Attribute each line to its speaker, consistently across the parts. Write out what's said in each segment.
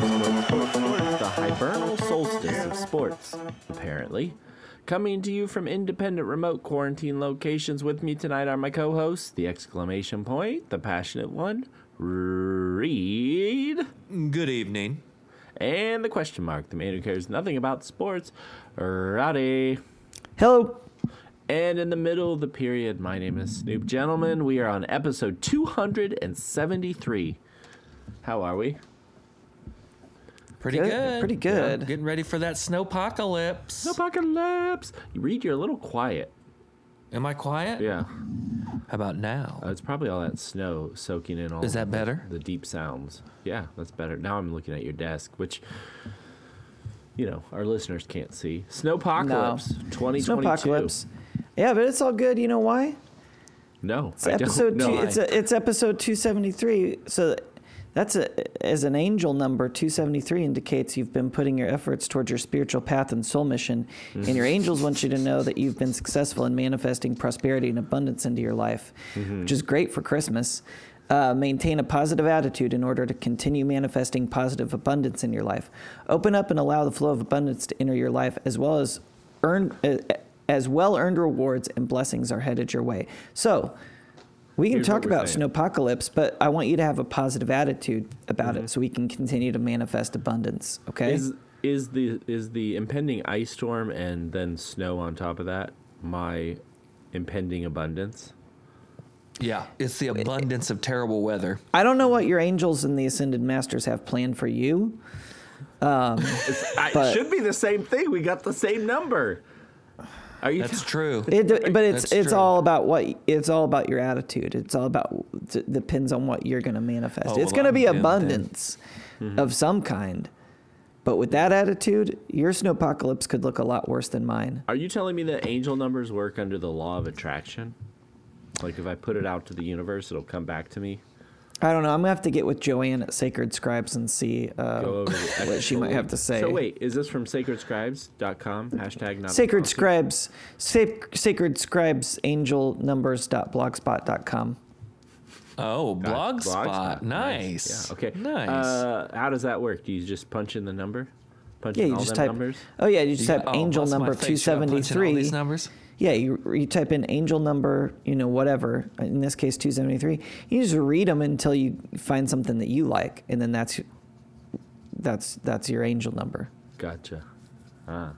Speaker 1: the hibernal solstice of sports, apparently. Coming to you from independent remote quarantine locations with me tonight are my co hosts, the exclamation point, the passionate one, Reed,
Speaker 2: Good evening.
Speaker 1: and the question mark, the man who cares nothing about sports, Roddy.
Speaker 3: Hello.
Speaker 1: And in the middle of the period, my name is Snoop. Gentlemen, we are on episode 273. How are we?
Speaker 2: Pretty
Speaker 3: Good,
Speaker 2: good.
Speaker 3: pretty good.
Speaker 2: Yeah, getting ready for that snowpocalypse.
Speaker 1: Apocalypse! Reed, you're a little quiet.
Speaker 2: Am I quiet?
Speaker 1: Yeah.
Speaker 2: How about now?
Speaker 1: Uh, It's probably all that snow soaking in all.
Speaker 2: Is that
Speaker 1: the-
Speaker 2: better?
Speaker 1: The deep sounds. Yeah, that's better. Now I'm looking at your desk, which, you know, our listeners can't see. Snowpocalypse, twenty twenty two.
Speaker 3: Snowpocalypse. Yeah, but it's all good. You know why?
Speaker 1: No,
Speaker 3: It's
Speaker 1: I
Speaker 3: episode
Speaker 1: don't
Speaker 3: two,
Speaker 1: know.
Speaker 3: it's a, it's episode 273. So that's a, as an angel number 273 indicates you've been putting your efforts towards your spiritual path and soul mission and
Speaker 1: Mm-hmm.
Speaker 3: your angels want you to know that you've been successful in manifesting prosperity and abundance into your life,
Speaker 1: Mm-hmm.
Speaker 3: which is great for Christmas. Uh, maintain a positive attitude in order to continue manifesting positive abundance in your life. Open up and allow the flow of abundance to enter your life, as well as earn uh, as well earned rewards and blessings are headed your way. So, we can
Speaker 1: Here's
Speaker 3: talk
Speaker 1: what we're
Speaker 3: about
Speaker 1: saying.
Speaker 3: snowpocalypse, but I want you to have a positive attitude about it so we can continue to manifest abundance. Okay.
Speaker 1: Mm-hmm. Is is the is the impending ice storm and then snow on top of that my impending abundance?
Speaker 2: yeah. It's the abundance of terrible weather.
Speaker 3: I don't know what your angels and the ascended masters have planned for you.
Speaker 1: I,
Speaker 3: But-
Speaker 1: should be the same thing. We got the same number. Are you?
Speaker 2: That's true.
Speaker 3: It, d- but it's
Speaker 2: That's
Speaker 3: it's
Speaker 2: true.
Speaker 3: all about what it's all about your attitude. It's all about it depends on what you're going to manifest.
Speaker 2: Oh,
Speaker 3: it's
Speaker 2: well,
Speaker 3: going to be
Speaker 2: I'm doomed then.
Speaker 3: abundance
Speaker 1: Mm-hmm.
Speaker 3: of some kind. But with that attitude, your snowpocalypse could look a lot worse than mine.
Speaker 1: Are you telling me that angel numbers work under the law of attraction? Like if I put it out to the universe, it'll come back to me.
Speaker 3: I don't know. I'm gonna have to get with Joanne at Sacred Scribes and see uh,
Speaker 1: Go over the
Speaker 3: what she might have to say.
Speaker 1: So wait, is this from sacredscribes.com? Hashtag not
Speaker 3: Sacred
Speaker 1: scribes.
Speaker 3: Scribes, sac- Sacred Scribes Angel Numbers dot blogspot dot com.
Speaker 2: Oh, blog, spot. Nice.
Speaker 1: Yeah. Okay.
Speaker 2: Nice. Oh,
Speaker 1: Uh, how does that work? Do you just punch in the number? Punch
Speaker 3: Yeah,
Speaker 1: in
Speaker 3: you
Speaker 1: all
Speaker 3: just
Speaker 1: them
Speaker 3: type.
Speaker 1: numbers.
Speaker 3: Oh yeah, you just type
Speaker 2: Oh,
Speaker 3: angel
Speaker 2: bless my
Speaker 3: number
Speaker 2: face.
Speaker 3: two
Speaker 2: You gotta punch in all
Speaker 3: seventy three.
Speaker 2: These numbers.
Speaker 3: Yeah, you, you type in angel number, you know, whatever. In this case, two seventy three. You just read them until you find something that you like, and then that's that's that's your angel number.
Speaker 1: Gotcha. Ah.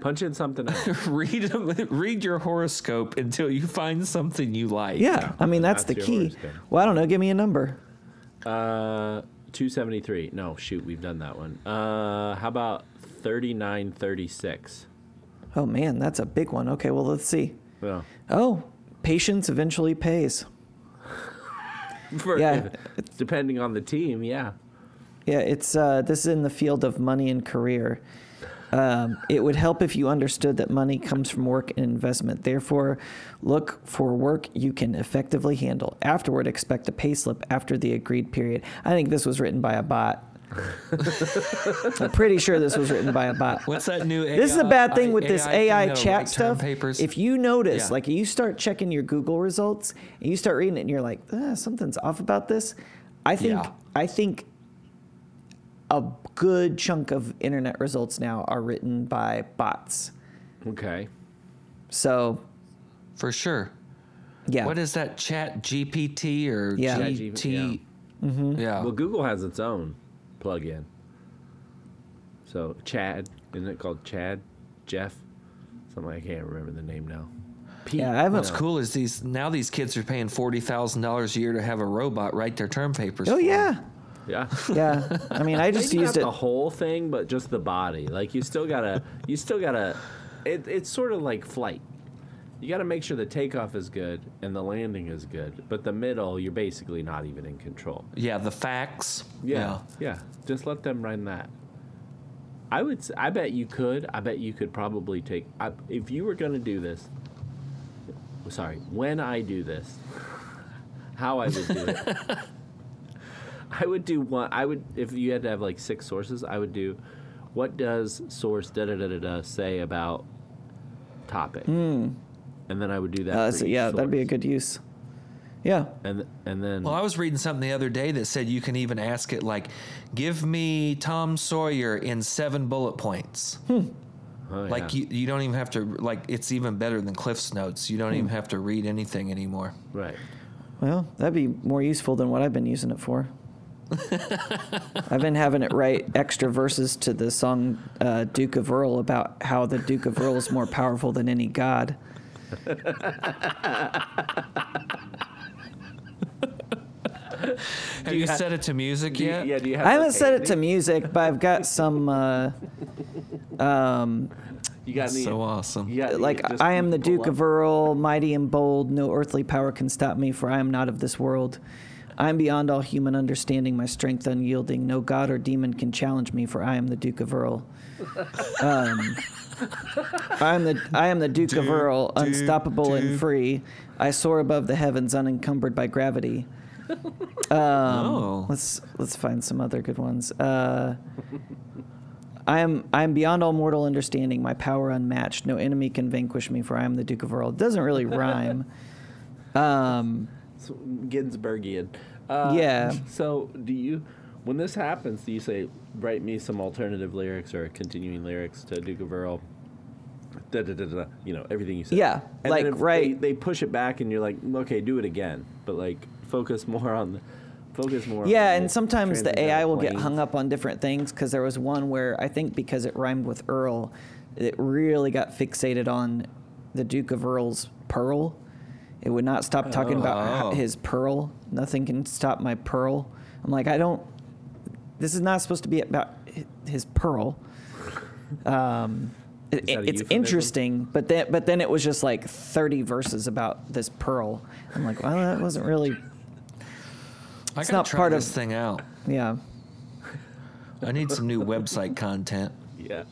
Speaker 1: Punch in something else.
Speaker 2: read read your horoscope until you find something you like.
Speaker 3: Yeah, I mean that's,
Speaker 1: That's
Speaker 3: the
Speaker 1: your
Speaker 3: key.
Speaker 1: horoscope.
Speaker 3: Well, I don't know. Give me a number.
Speaker 1: Uh, 273. No, shoot, we've done that one. Uh, how about 3936?
Speaker 3: Oh man, that's a big one. Okay, well let's see.
Speaker 1: Well,
Speaker 3: Oh, patience eventually pays.
Speaker 1: for,
Speaker 3: Yeah.
Speaker 1: depending on the team, yeah.
Speaker 3: Yeah, it's uh, this is in the field of money and career. Um, it would help if you understood that money comes from work and investment. Therefore, look for work you can effectively handle. Afterward, expect a pay slip after the agreed period. I think this was written by a bot. I'm pretty sure this was written by a bot.
Speaker 2: What's that new? AI,
Speaker 3: This is a bad thing with this
Speaker 2: thing
Speaker 3: AI
Speaker 2: that'll
Speaker 3: chat
Speaker 2: write term
Speaker 3: stuff.
Speaker 2: Papers.
Speaker 3: If you notice,
Speaker 2: Yeah.
Speaker 3: like you start checking your Google results and you start reading it and you're like, "Ah, something's off about this, I think
Speaker 2: Yeah.
Speaker 3: I think a good chunk of internet results now are written by bots.
Speaker 1: Okay.
Speaker 3: So
Speaker 2: for sure.
Speaker 3: yeah.
Speaker 2: What is that chat GPT or
Speaker 3: Yeah. Mm-hmm. Chat
Speaker 2: GT? Yeah.
Speaker 3: Oh.
Speaker 1: Well, Google has its own plug-in. So Chad, isn't it called Chad, Jeff, something I can't remember the name now. Pete.
Speaker 3: yeah, I haven't
Speaker 2: What's cool is these now these kids are paying forty thousand dollars a year to have a robot write their term papers.
Speaker 3: Oh
Speaker 2: for 'em.
Speaker 3: yeah.
Speaker 1: yeah.
Speaker 3: Yeah. I mean, I just
Speaker 1: Maybe not
Speaker 3: used it.
Speaker 1: the whole thing, but just the body. Like you still gotta, you still gotta. It, it's sort of like flight. You gotta make sure the takeoff is good and the landing is good, but the middle, you're basically not even in control.
Speaker 2: yeah, the facts.
Speaker 1: Yeah, yeah. Just let them run that. I would. s- I bet you could. I bet you could probably take. I, if you were going to do this, sorry. When I do this, how I would do it. I would do one. I would if you had to have like six sources. I would do. What does source da da da da da say about topic? And then I would do that.
Speaker 3: Uh,
Speaker 1: for
Speaker 3: so
Speaker 1: each
Speaker 3: yeah, that'd be a
Speaker 1: source.
Speaker 3: good use. Yeah.
Speaker 1: and and then
Speaker 2: Well, I was reading something the other day that said you can even ask it like, "Give me Tom Sawyer in seven bullet points."
Speaker 3: Hmm.
Speaker 1: oh,
Speaker 2: Like
Speaker 1: yeah.
Speaker 2: you, you don't even have to like. It's even better than Cliff's notes. You
Speaker 3: Hmm.
Speaker 2: don't even have to read anything anymore.
Speaker 1: right.
Speaker 3: Well, that'd be more useful than what I've been using it for. I've been having it write extra verses to the song uh, Duke of Earl about how the Duke of Earl is more powerful than any god.
Speaker 2: Have you, set it to music
Speaker 1: Do you-
Speaker 2: yet?
Speaker 1: yeah, do you have
Speaker 3: I
Speaker 1: the
Speaker 3: haven't set it
Speaker 1: painting?
Speaker 3: to music, but I've got some. Uh,
Speaker 1: You got any?
Speaker 2: So awesome.
Speaker 1: you got any
Speaker 3: Uh, like
Speaker 1: just
Speaker 3: I am
Speaker 1: you
Speaker 3: the
Speaker 1: pull
Speaker 3: Duke of
Speaker 1: up?
Speaker 3: Earl, mighty and bold. No earthly power can stop me, for I am not of this world. I am beyond all human understanding, my strength unyielding. No god or demon can challenge me, for I am the Duke of Earl. Um, I am the I am the Duke, of
Speaker 2: Duke,
Speaker 3: Earl,
Speaker 2: Duke,
Speaker 3: unstoppable and
Speaker 2: Duke.
Speaker 3: free. I soar above the heavens, unencumbered by gravity.
Speaker 2: oh,
Speaker 3: Um, Let's let's find some other good ones. Uh, I am I am beyond all mortal understanding. My power unmatched. No enemy can vanquish me, for I am the Duke of Earl. It doesn't really rhyme. Um,
Speaker 1: It's Ginsbergian. Uh,
Speaker 3: Yeah.
Speaker 1: So do you, when this happens, do you say write me some alternative lyrics or continuing lyrics to Duke of Earl? Da, da, da, da, da, you know everything you said.
Speaker 3: Yeah,
Speaker 1: And
Speaker 3: like,
Speaker 1: then if
Speaker 3: right.
Speaker 1: They, they push it back, and you're like, okay, do it again, but like focus more on the. Focus more. on
Speaker 3: yeah,
Speaker 1: the
Speaker 3: and sometimes the
Speaker 1: transcendental
Speaker 3: AI will get
Speaker 1: planes.
Speaker 3: hung up on different things because there was one where I think because it rhymed with Earl, it really got fixated on the Duke of Earl's pearl. It would not stop talking about
Speaker 2: Oh.
Speaker 3: h- his pearl. Nothing can stop my pearl. I'm like, I don't. This is not supposed to be about hi- his pearl. Um, it-
Speaker 1: Is that a
Speaker 3: it's
Speaker 1: euphemism?
Speaker 3: interesting, but then but then it was just like 30 verses about this pearl. I'm like, well, that wasn't really,
Speaker 2: I
Speaker 3: it's
Speaker 2: gotta
Speaker 3: not
Speaker 2: try
Speaker 3: part of-
Speaker 2: this thing out.
Speaker 3: yeah.
Speaker 2: I need some new website content.
Speaker 1: Yeah.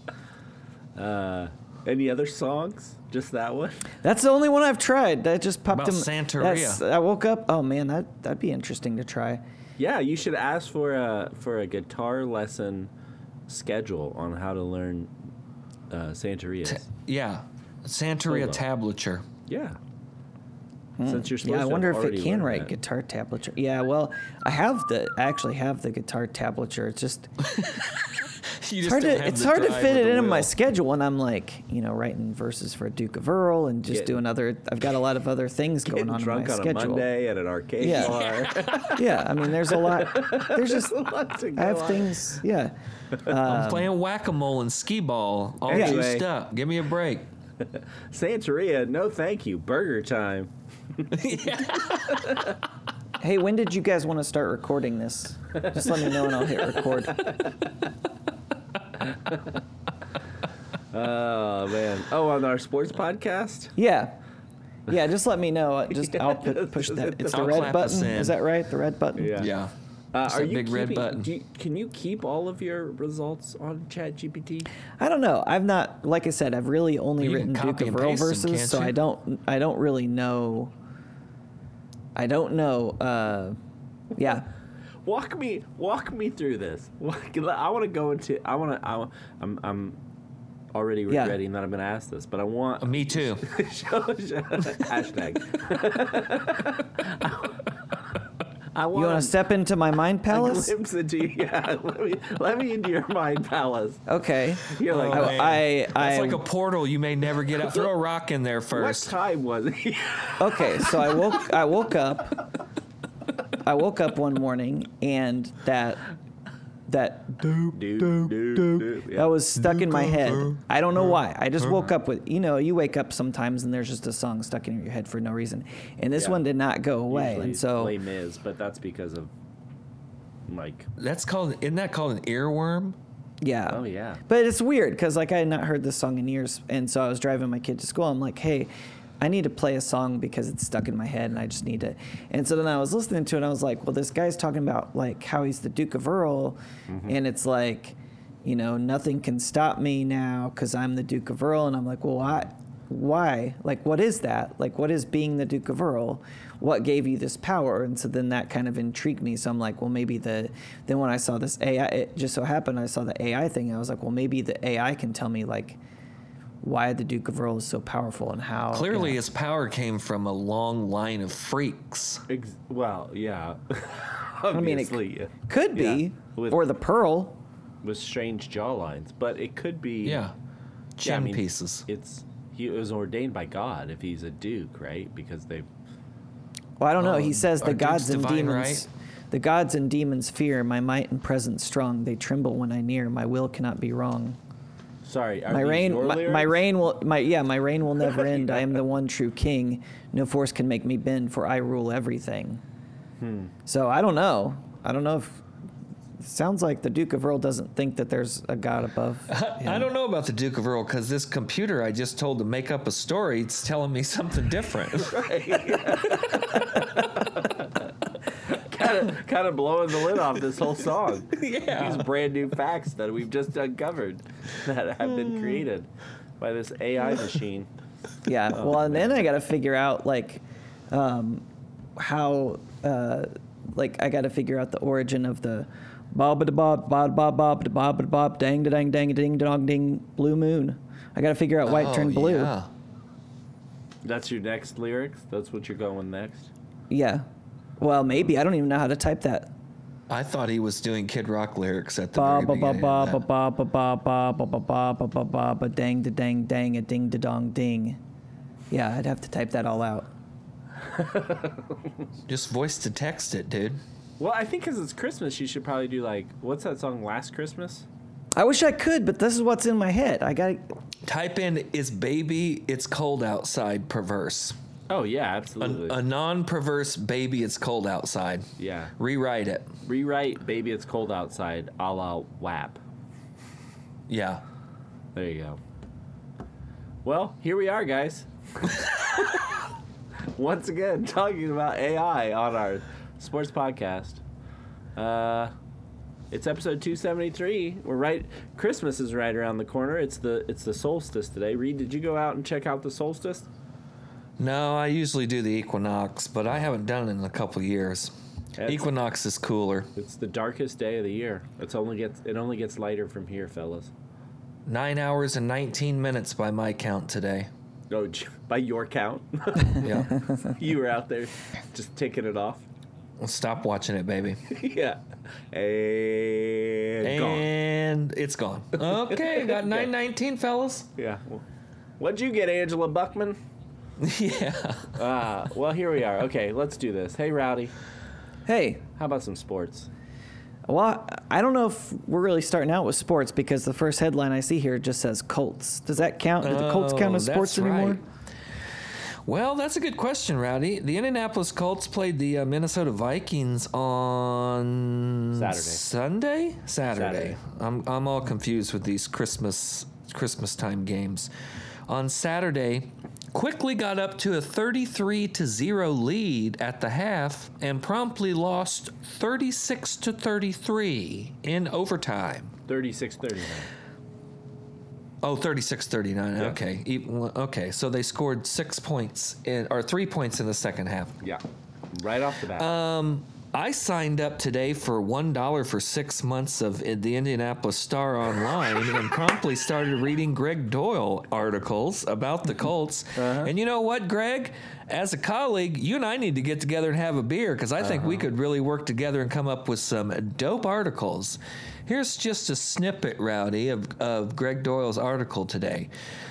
Speaker 1: Uh, any other songs? Just that one?
Speaker 3: That's the only one I've tried. That just popped in.
Speaker 2: About Santeria.
Speaker 3: that's- I woke up. Oh man, that that'd be interesting to try.
Speaker 1: Yeah, you should ask for a for a guitar lesson schedule on how to learn uh, Santerias.
Speaker 2: Yeah, Santeria
Speaker 1: Hold
Speaker 2: tablature.
Speaker 1: Yeah. Since you're supposed
Speaker 3: hmm. Yeah, I
Speaker 1: to
Speaker 3: wonder
Speaker 1: have
Speaker 3: if it
Speaker 1: already
Speaker 3: can
Speaker 1: learned
Speaker 3: write
Speaker 1: that.
Speaker 3: guitar tablature. Yeah, well, I have the. I actually have the guitar tablature. It's just
Speaker 2: You
Speaker 3: it's
Speaker 2: just
Speaker 3: hard
Speaker 2: don't
Speaker 3: to
Speaker 2: have
Speaker 3: it's
Speaker 2: the
Speaker 3: hard to
Speaker 2: drive
Speaker 3: fit
Speaker 2: or
Speaker 3: it
Speaker 2: the
Speaker 3: into my
Speaker 2: will.
Speaker 3: schedule, and I'm like, you know, writing verses for Duke of Earl and just
Speaker 1: Get-
Speaker 3: doing other. I've got a lot of other things
Speaker 1: Getting
Speaker 3: going on
Speaker 1: drunk
Speaker 3: in my
Speaker 1: on
Speaker 3: schedule.
Speaker 1: a Monday at an arcade
Speaker 3: Yeah.
Speaker 1: bar.
Speaker 3: Yeah, I mean, there's a lot. There's just
Speaker 1: Lot to
Speaker 3: I
Speaker 1: go
Speaker 3: have
Speaker 1: on.
Speaker 3: things. Yeah.
Speaker 2: playing whack a mole and skee ball, all
Speaker 1: Yeah.
Speaker 2: juiced
Speaker 1: Anyway.
Speaker 2: up. Give me a break.
Speaker 1: Santeria, no thank you. Burger time.
Speaker 3: Hey, when did you guys want to start recording this? Just let me know, and I'll hit record.
Speaker 1: Oh man. Oh, on our sports podcast?
Speaker 3: Yeah. Yeah, just let me know. Uh, Just I'll pu- push
Speaker 1: just
Speaker 3: that.
Speaker 1: hit
Speaker 3: It's
Speaker 1: the-
Speaker 3: the
Speaker 2: I'll
Speaker 3: red
Speaker 2: clap us
Speaker 3: button.
Speaker 2: in.
Speaker 3: Is that right? The red button.
Speaker 1: Yeah.
Speaker 2: Yeah.
Speaker 1: Uh,
Speaker 2: It's
Speaker 1: are
Speaker 2: that
Speaker 1: you
Speaker 2: big red
Speaker 1: keeping-
Speaker 2: button.
Speaker 1: do you- can you keep all of your results on ChatGPT?
Speaker 3: I don't know. I've not like I said, I've really only
Speaker 2: You
Speaker 3: written
Speaker 2: can
Speaker 3: Duke
Speaker 2: copy
Speaker 3: of
Speaker 2: and
Speaker 3: Earl
Speaker 2: paste them,
Speaker 3: verses,
Speaker 2: can't
Speaker 3: so I
Speaker 2: you?
Speaker 3: don't I don't really know I don't know uh yeah.
Speaker 1: walk me walk me through this Walk- i want to go into i want to i'm i'm already
Speaker 3: Yeah.
Speaker 1: regretting that i'm going to ask this but i want
Speaker 2: Me too.
Speaker 1: show, show, hashtag i
Speaker 3: You want to
Speaker 1: want
Speaker 3: step into my mind
Speaker 1: a
Speaker 3: palace?
Speaker 1: glimpse into you yeah let me let me into your mind palace
Speaker 3: Okay.
Speaker 1: you're like
Speaker 2: Oh,
Speaker 1: what
Speaker 2: man.
Speaker 3: I I,
Speaker 2: That's like a portal you may never get out. Throw a rock in there first.
Speaker 1: time was it
Speaker 3: Okay, so I woke I woke up I woke up one morning and that that
Speaker 1: dude, dude, dude, yeah.
Speaker 3: That was stuck in my head. I don't know why. I just woke up with, you know, you wake up sometimes and there's just a song stuck in your head for no reason. And this
Speaker 1: Yeah.
Speaker 3: one did not go away.
Speaker 1: Usually
Speaker 3: and so,
Speaker 1: Les Mis, but that's because of like
Speaker 2: That's called. Isn't that called an earworm?
Speaker 3: yeah.
Speaker 1: oh yeah
Speaker 3: But it's weird because, like, I had not heard this song in years. And so I was driving my kid to school. I'm like, hey, I need to play a song because it's stuck in my head and I just need to. And so then I was listening to it and I was like, well, this guy's talking about, like, how he's the Duke of Earl.
Speaker 1: Mm-hmm.
Speaker 3: And it's like, you know, nothing can stop me now because I'm the Duke of Earl. And I'm like, well, I, why? Like, what is that? Like, what is being the Duke of Earl? What gave you this power? And so then that kind of intrigued me. So I'm like, well, maybe the. Then when I saw this AI, it just so happened I saw the AI thing. I was like, well, maybe the AI can tell me like why the Duke of Earl is so powerful and how.
Speaker 2: Clearly, his power came from a long line of freaks.
Speaker 1: Ex- well, yeah.
Speaker 3: I mean, it
Speaker 1: Obviously, yeah.
Speaker 3: could be,
Speaker 1: Yeah, with-
Speaker 3: or the Pearl.
Speaker 1: with strange jawlines, but it could be.
Speaker 2: Yeah. Chin
Speaker 1: I mean,
Speaker 2: pieces.
Speaker 1: It's he was ordained by God if he's a duke, right? Because they
Speaker 3: Well, I don't know.
Speaker 2: Oh,
Speaker 3: He says
Speaker 2: are
Speaker 3: the
Speaker 2: Duke's
Speaker 3: gods and
Speaker 2: divine
Speaker 3: demons.
Speaker 2: right?
Speaker 3: The gods and demons fear my might and presence strong. They tremble when I near. My will cannot be wrong.
Speaker 1: sorry. Are
Speaker 3: My
Speaker 1: these
Speaker 3: reign,
Speaker 1: your
Speaker 3: my,
Speaker 1: lyrics?
Speaker 3: my reign will, my yeah, my reign will never end. I am the one true king. No force can make me bend, for I rule everything.
Speaker 1: Hmm.
Speaker 3: So I don't know. I don't know if. Sounds like the Duke of Earl doesn't think that there's a god above. him.
Speaker 2: I don't know about the Duke of Earl because this computer I just told to make up a story, it's telling me something different.
Speaker 1: kind of kind of blowing the lid off this whole song.
Speaker 2: Yeah.
Speaker 1: These brand new facts that we've just uncovered that have been
Speaker 3: Hmm.
Speaker 1: created by this AI machine.
Speaker 3: Yeah.
Speaker 1: Oh,
Speaker 3: well, and then I got to figure out like um, how uh, like I got to figure out the origin of the bob da bob bob bob bob da bob da bob dang da dang dang ding dong ding blue moon. I got to figure out why
Speaker 1: Oh,
Speaker 3: it turned blue. Yeah.
Speaker 2: Oh, yeah.
Speaker 1: That's your next lyrics. That's what you're going next.
Speaker 3: Well, maybe I don't even know how to type that.
Speaker 2: I thought he was doing Kid Rock lyrics at the
Speaker 3: Ba ba
Speaker 2: very
Speaker 3: ba
Speaker 2: beginning.
Speaker 3: ba ba
Speaker 2: of that.
Speaker 3: ba ba ba ba ba ba ba ba ba ba ba dang da dang dang a ding da dong ding. Yeah, I'd have to type that all out.
Speaker 2: Just voice to text it, dude.
Speaker 1: Well, I think because it's Christmas, you should probably do like what's that song? Last Christmas.
Speaker 3: I wish I could, but this is what's in my head. I got to
Speaker 2: Type in is baby it's cold outside perverse.
Speaker 1: Oh yeah,
Speaker 2: A,
Speaker 1: absolutely.
Speaker 2: a non-perverse baby it's cold outside.
Speaker 1: yeah.
Speaker 2: Rewrite it.
Speaker 1: Rewrite "Baby It's Cold Outside" a la WAP.
Speaker 2: Yeah.
Speaker 1: There you go. Well, here we are, guys. Once again, talking about AI on our sports podcast. Uh, it's episode 273. We're right. Christmas is right around the corner. It's the it's the solstice today. Reed, did you go out and check out the solstice?
Speaker 2: No, I usually do the equinox, but I haven't done it in a couple years.
Speaker 1: That's-
Speaker 2: equinox is cooler.
Speaker 1: It's the darkest day of the year. It's only gets it only gets lighter from here, fellas.
Speaker 2: Nine hours and 19 minutes by my count today.
Speaker 1: Oh, j- by your count,
Speaker 2: Yeah.
Speaker 1: you were out there just ticking it off.
Speaker 2: Stop watching it, baby.
Speaker 1: yeah, and, gone.
Speaker 2: And it's gone. Okay, got 919, fellas.
Speaker 1: Yeah. What'd you get, Angela Buckman?
Speaker 2: yeah.
Speaker 1: Ah, well, here we are. Okay, let's do this. Hey, Rowdy,
Speaker 3: Hey,
Speaker 1: how about some sports?
Speaker 3: Well, I don't know if we're really starting out with sports because the first headline I see here just says Colts. Does that count? Do the Colts count
Speaker 2: Oh,
Speaker 3: as sports
Speaker 2: that's
Speaker 3: anymore?
Speaker 2: right. Well, that's a good question, Rowdy. The Indianapolis Colts played the uh, Minnesota Vikings on
Speaker 1: Saturday.
Speaker 2: Sunday, Saturday.
Speaker 1: Saturday.
Speaker 2: I'm I'm all confused with these Christmas Christmas time games. On Saturday, quickly got up to a 33 to 0 lead at the half and promptly lost 36 to 33 in overtime.
Speaker 1: 36 39.
Speaker 2: Oh, 36 39.
Speaker 1: Yeah.
Speaker 2: Okay. E- Okay. So they scored six points in, or three points in the second half.
Speaker 1: Yeah. Right off the bat.
Speaker 2: Um, I signed up today for $1 for six months of i- the Indianapolis Star Online and promptly started reading Greg Doyle articles about the Colts. And you know what, Greg? As a colleague, you and I need to get together and have a beer because I think we could really work together and come up with some dope articles. Here's just a snippet, Rowdy, of, of Greg Doyle's article today.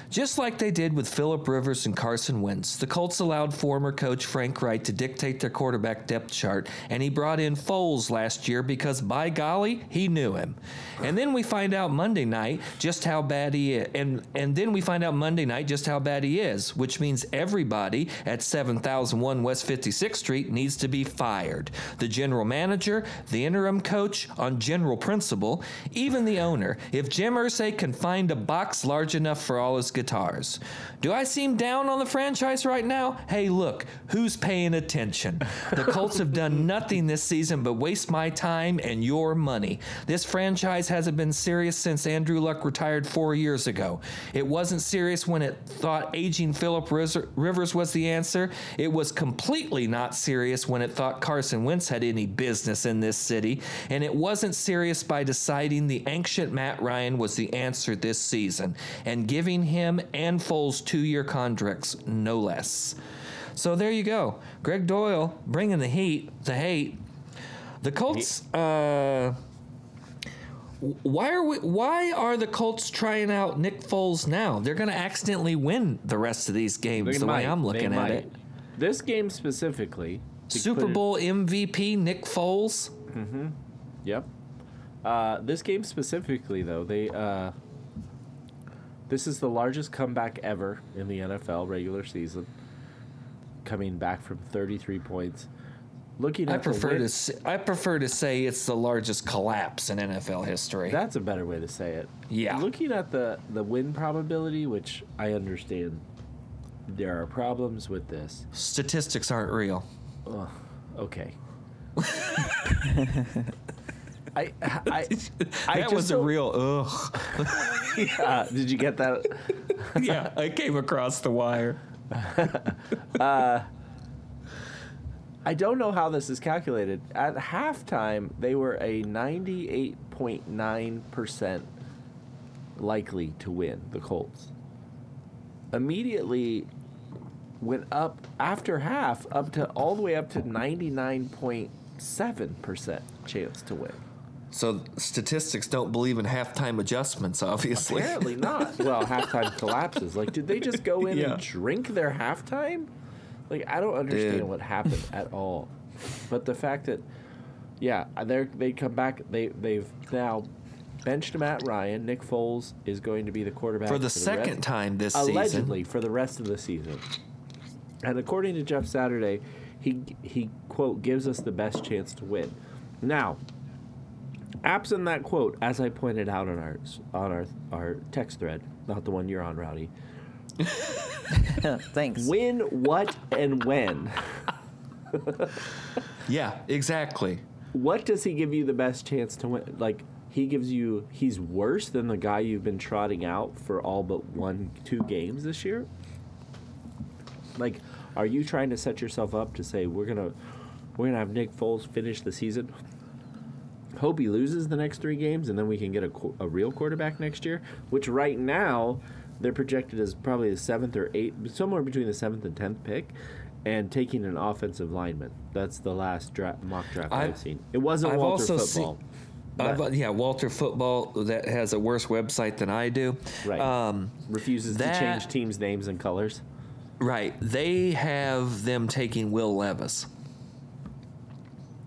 Speaker 2: Just like they did with Philip Rivers and Carson Wentz, the Colts allowed former coach Frank Wright to dictate their quarterback depth chart, and he brought in Foles last year because, by golly, he knew him. And then we find out Monday night just how bad he is, and and then we find out Monday night just how bad he is, which means everybody at 7001 West 56th Street needs to be fired. The general manager, the interim coach, on general principle, even the owner. If Jim Irsay can find a box large enough for all his guitars, do I seem down on the franchise right now? Hey, look, who's paying attention? The Colts have done nothing this season but waste my time and your money. This franchise hasn't been serious since Andrew Luck retired four years ago. It wasn't serious when it thought aging Philip Ris- Rivers was the answer answer. It was completely not serious when it thought Carson Wentz had any business in this city, and it wasn't serious by deciding the ancient Matt Ryan was the answer this season and giving him and Foles two year contracts, no less. So there you go. Greg Doyle bringing the heat, the hate. The Colts. Uh, why are we? Why are the Colts trying out Nick Foles now? They're going to accidentally win the rest of these games. the way I'm looking at it.
Speaker 1: This game specifically. to
Speaker 2: Super
Speaker 1: put it-
Speaker 2: Bowl MVP Nick Foles.
Speaker 1: Yep. Uh, this game specifically, though, they uh, this is the largest comeback ever in the NFL regular season. Coming back from 33 points, looking at
Speaker 2: I
Speaker 1: the
Speaker 2: prefer
Speaker 1: win-
Speaker 2: to. s- I prefer to say it's the largest collapse in NFL history.
Speaker 1: That's a better way to say it.
Speaker 2: Yeah.
Speaker 1: Looking at the the win probability, which I understand, there are problems with this.
Speaker 2: Statistics aren't real.
Speaker 1: Okay. I I, I
Speaker 2: that
Speaker 1: just
Speaker 2: was a
Speaker 1: don't-
Speaker 2: real ugh.
Speaker 1: Yeah, did you get that?
Speaker 2: yeah, I came across the wire.
Speaker 1: I don't know how this is calculated. At halftime, they were a 98.9% likely to win, the Colts. Immediately went up after half up to all the way up to 99.7% chance to win.
Speaker 2: So statistics don't believe in halftime adjustments, obviously.
Speaker 1: Apparently not. well, halftime collapses. Like, did they just go in
Speaker 2: Yeah.
Speaker 1: and drink their halftime? Like, I don't understand
Speaker 2: Dude.
Speaker 1: what happened at all. But the fact that, yeah, they they come back. They they've now benched Matt Ryan. Nick Foles is going to be the quarterback
Speaker 2: for the
Speaker 1: rest-
Speaker 2: second time this season.
Speaker 1: allegedly for the rest of the season. And according to Jeff Saturday, he he quote gives us the best chance to win. Now, absent that quote, as I pointed out on our on our our text thread, not the one you're on, Rowdy.
Speaker 3: Thanks.
Speaker 1: When, what, and when?
Speaker 2: Yeah, exactly.
Speaker 1: What does he give you the best chance to win? Like he gives you he's worse than the guy you've been trotting out for all but one two games this year. Like, are you trying to set yourself up to say we're gonna we're gonna have Nick Foles finish the season? Hope he loses the next three games, and then we can get a, qu- a real quarterback next year. Which right now they're projected as probably the seventh or eighth, somewhere between the seventh and tenth pick, and taking an offensive lineman. That's the last dra- mock draft I've,
Speaker 2: I've-
Speaker 1: seen. It wasn't
Speaker 2: I've
Speaker 1: Walter
Speaker 2: also seen-
Speaker 1: football.
Speaker 2: I've- uh, yeah, Walter Football that has a worse website than I do.
Speaker 1: Right.
Speaker 2: Um,
Speaker 1: refuses
Speaker 2: that-
Speaker 1: to change teams' names and colors.
Speaker 2: right. They have them taking Will Levis.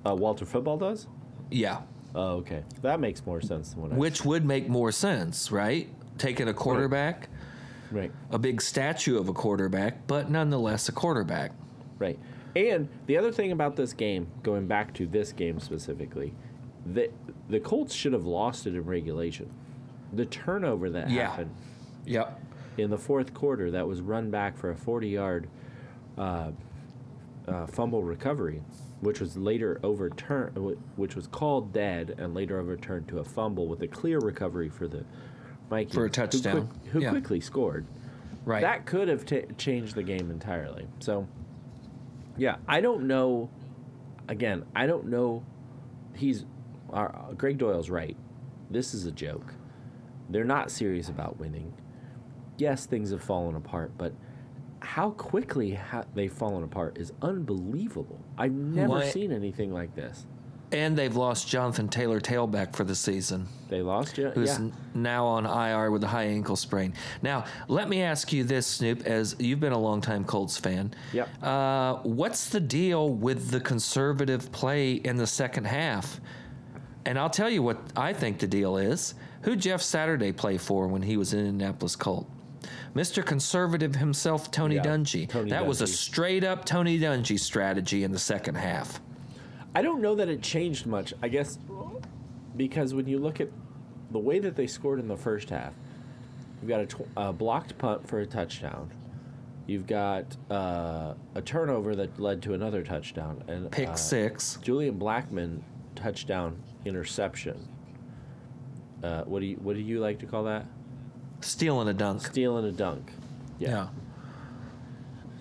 Speaker 1: Uh, Walter football does.
Speaker 2: Yeah,
Speaker 1: Oh, okay. That makes more sense than what I.
Speaker 2: which would make more sense, right? Taking a quarterback,
Speaker 1: Right.
Speaker 2: a big statue of a quarterback, but nonetheless a quarterback.
Speaker 1: Right. And the other thing about this game, going back to this game specifically, the the Colts should have lost it in regulation. The turnover that
Speaker 2: Yeah.
Speaker 1: happened
Speaker 2: Yep.
Speaker 1: in the fourth quarter that was run back for a 40 yard uh, uh, fumble recovery, which was later overturned, wh- which was called dead and later overturned to a fumble with a clear recovery for the Mikey
Speaker 2: For a
Speaker 1: who quick-
Speaker 2: touchdown.
Speaker 1: who
Speaker 2: Yeah.
Speaker 1: quickly scored
Speaker 2: Right.
Speaker 1: that could have t- changed the game entirely. So, yeah, I don't know. Again, I don't know. He's our, Greg Doyle's right. This is a joke. They're not serious about winning. Yes, things have fallen apart, but how quickly ha- they've fallen apart is unbelievable. I've never
Speaker 2: What?
Speaker 1: seen anything like this.
Speaker 2: and they've lost Jonathan Taylor Tailback for the season.
Speaker 1: They lost you.
Speaker 2: who's
Speaker 1: Yeah.
Speaker 2: n- now on IR with a high ankle sprain. Now, let me ask you this, Snoop, as you've been a longtime Colts fan.
Speaker 1: Yep.
Speaker 2: Uh, what's the deal with the conservative play in the second half? And I'll tell you what I think the deal is. Who Jeff Saturday play for when he was in Indianapolis Colt? Mr. Conservative himself, Tony
Speaker 1: Yeah,
Speaker 2: Dungy.
Speaker 1: Tony
Speaker 2: that was a
Speaker 1: Dungy.
Speaker 2: straight up Tony Dungy strategy in the second half.
Speaker 1: I don't know that it changed much. I guess because when you look at the way that they scored in the first half, you've got a, tw- a blocked punt for a touchdown. You've got uh, a turnover that led to another touchdown and
Speaker 2: Pick
Speaker 1: uh,
Speaker 2: six.
Speaker 1: Julian Blackman touchdown interception. Uh, what do you what do you like to call that?
Speaker 2: Stealing a dunk.
Speaker 1: Stealing a dunk.
Speaker 2: yeah.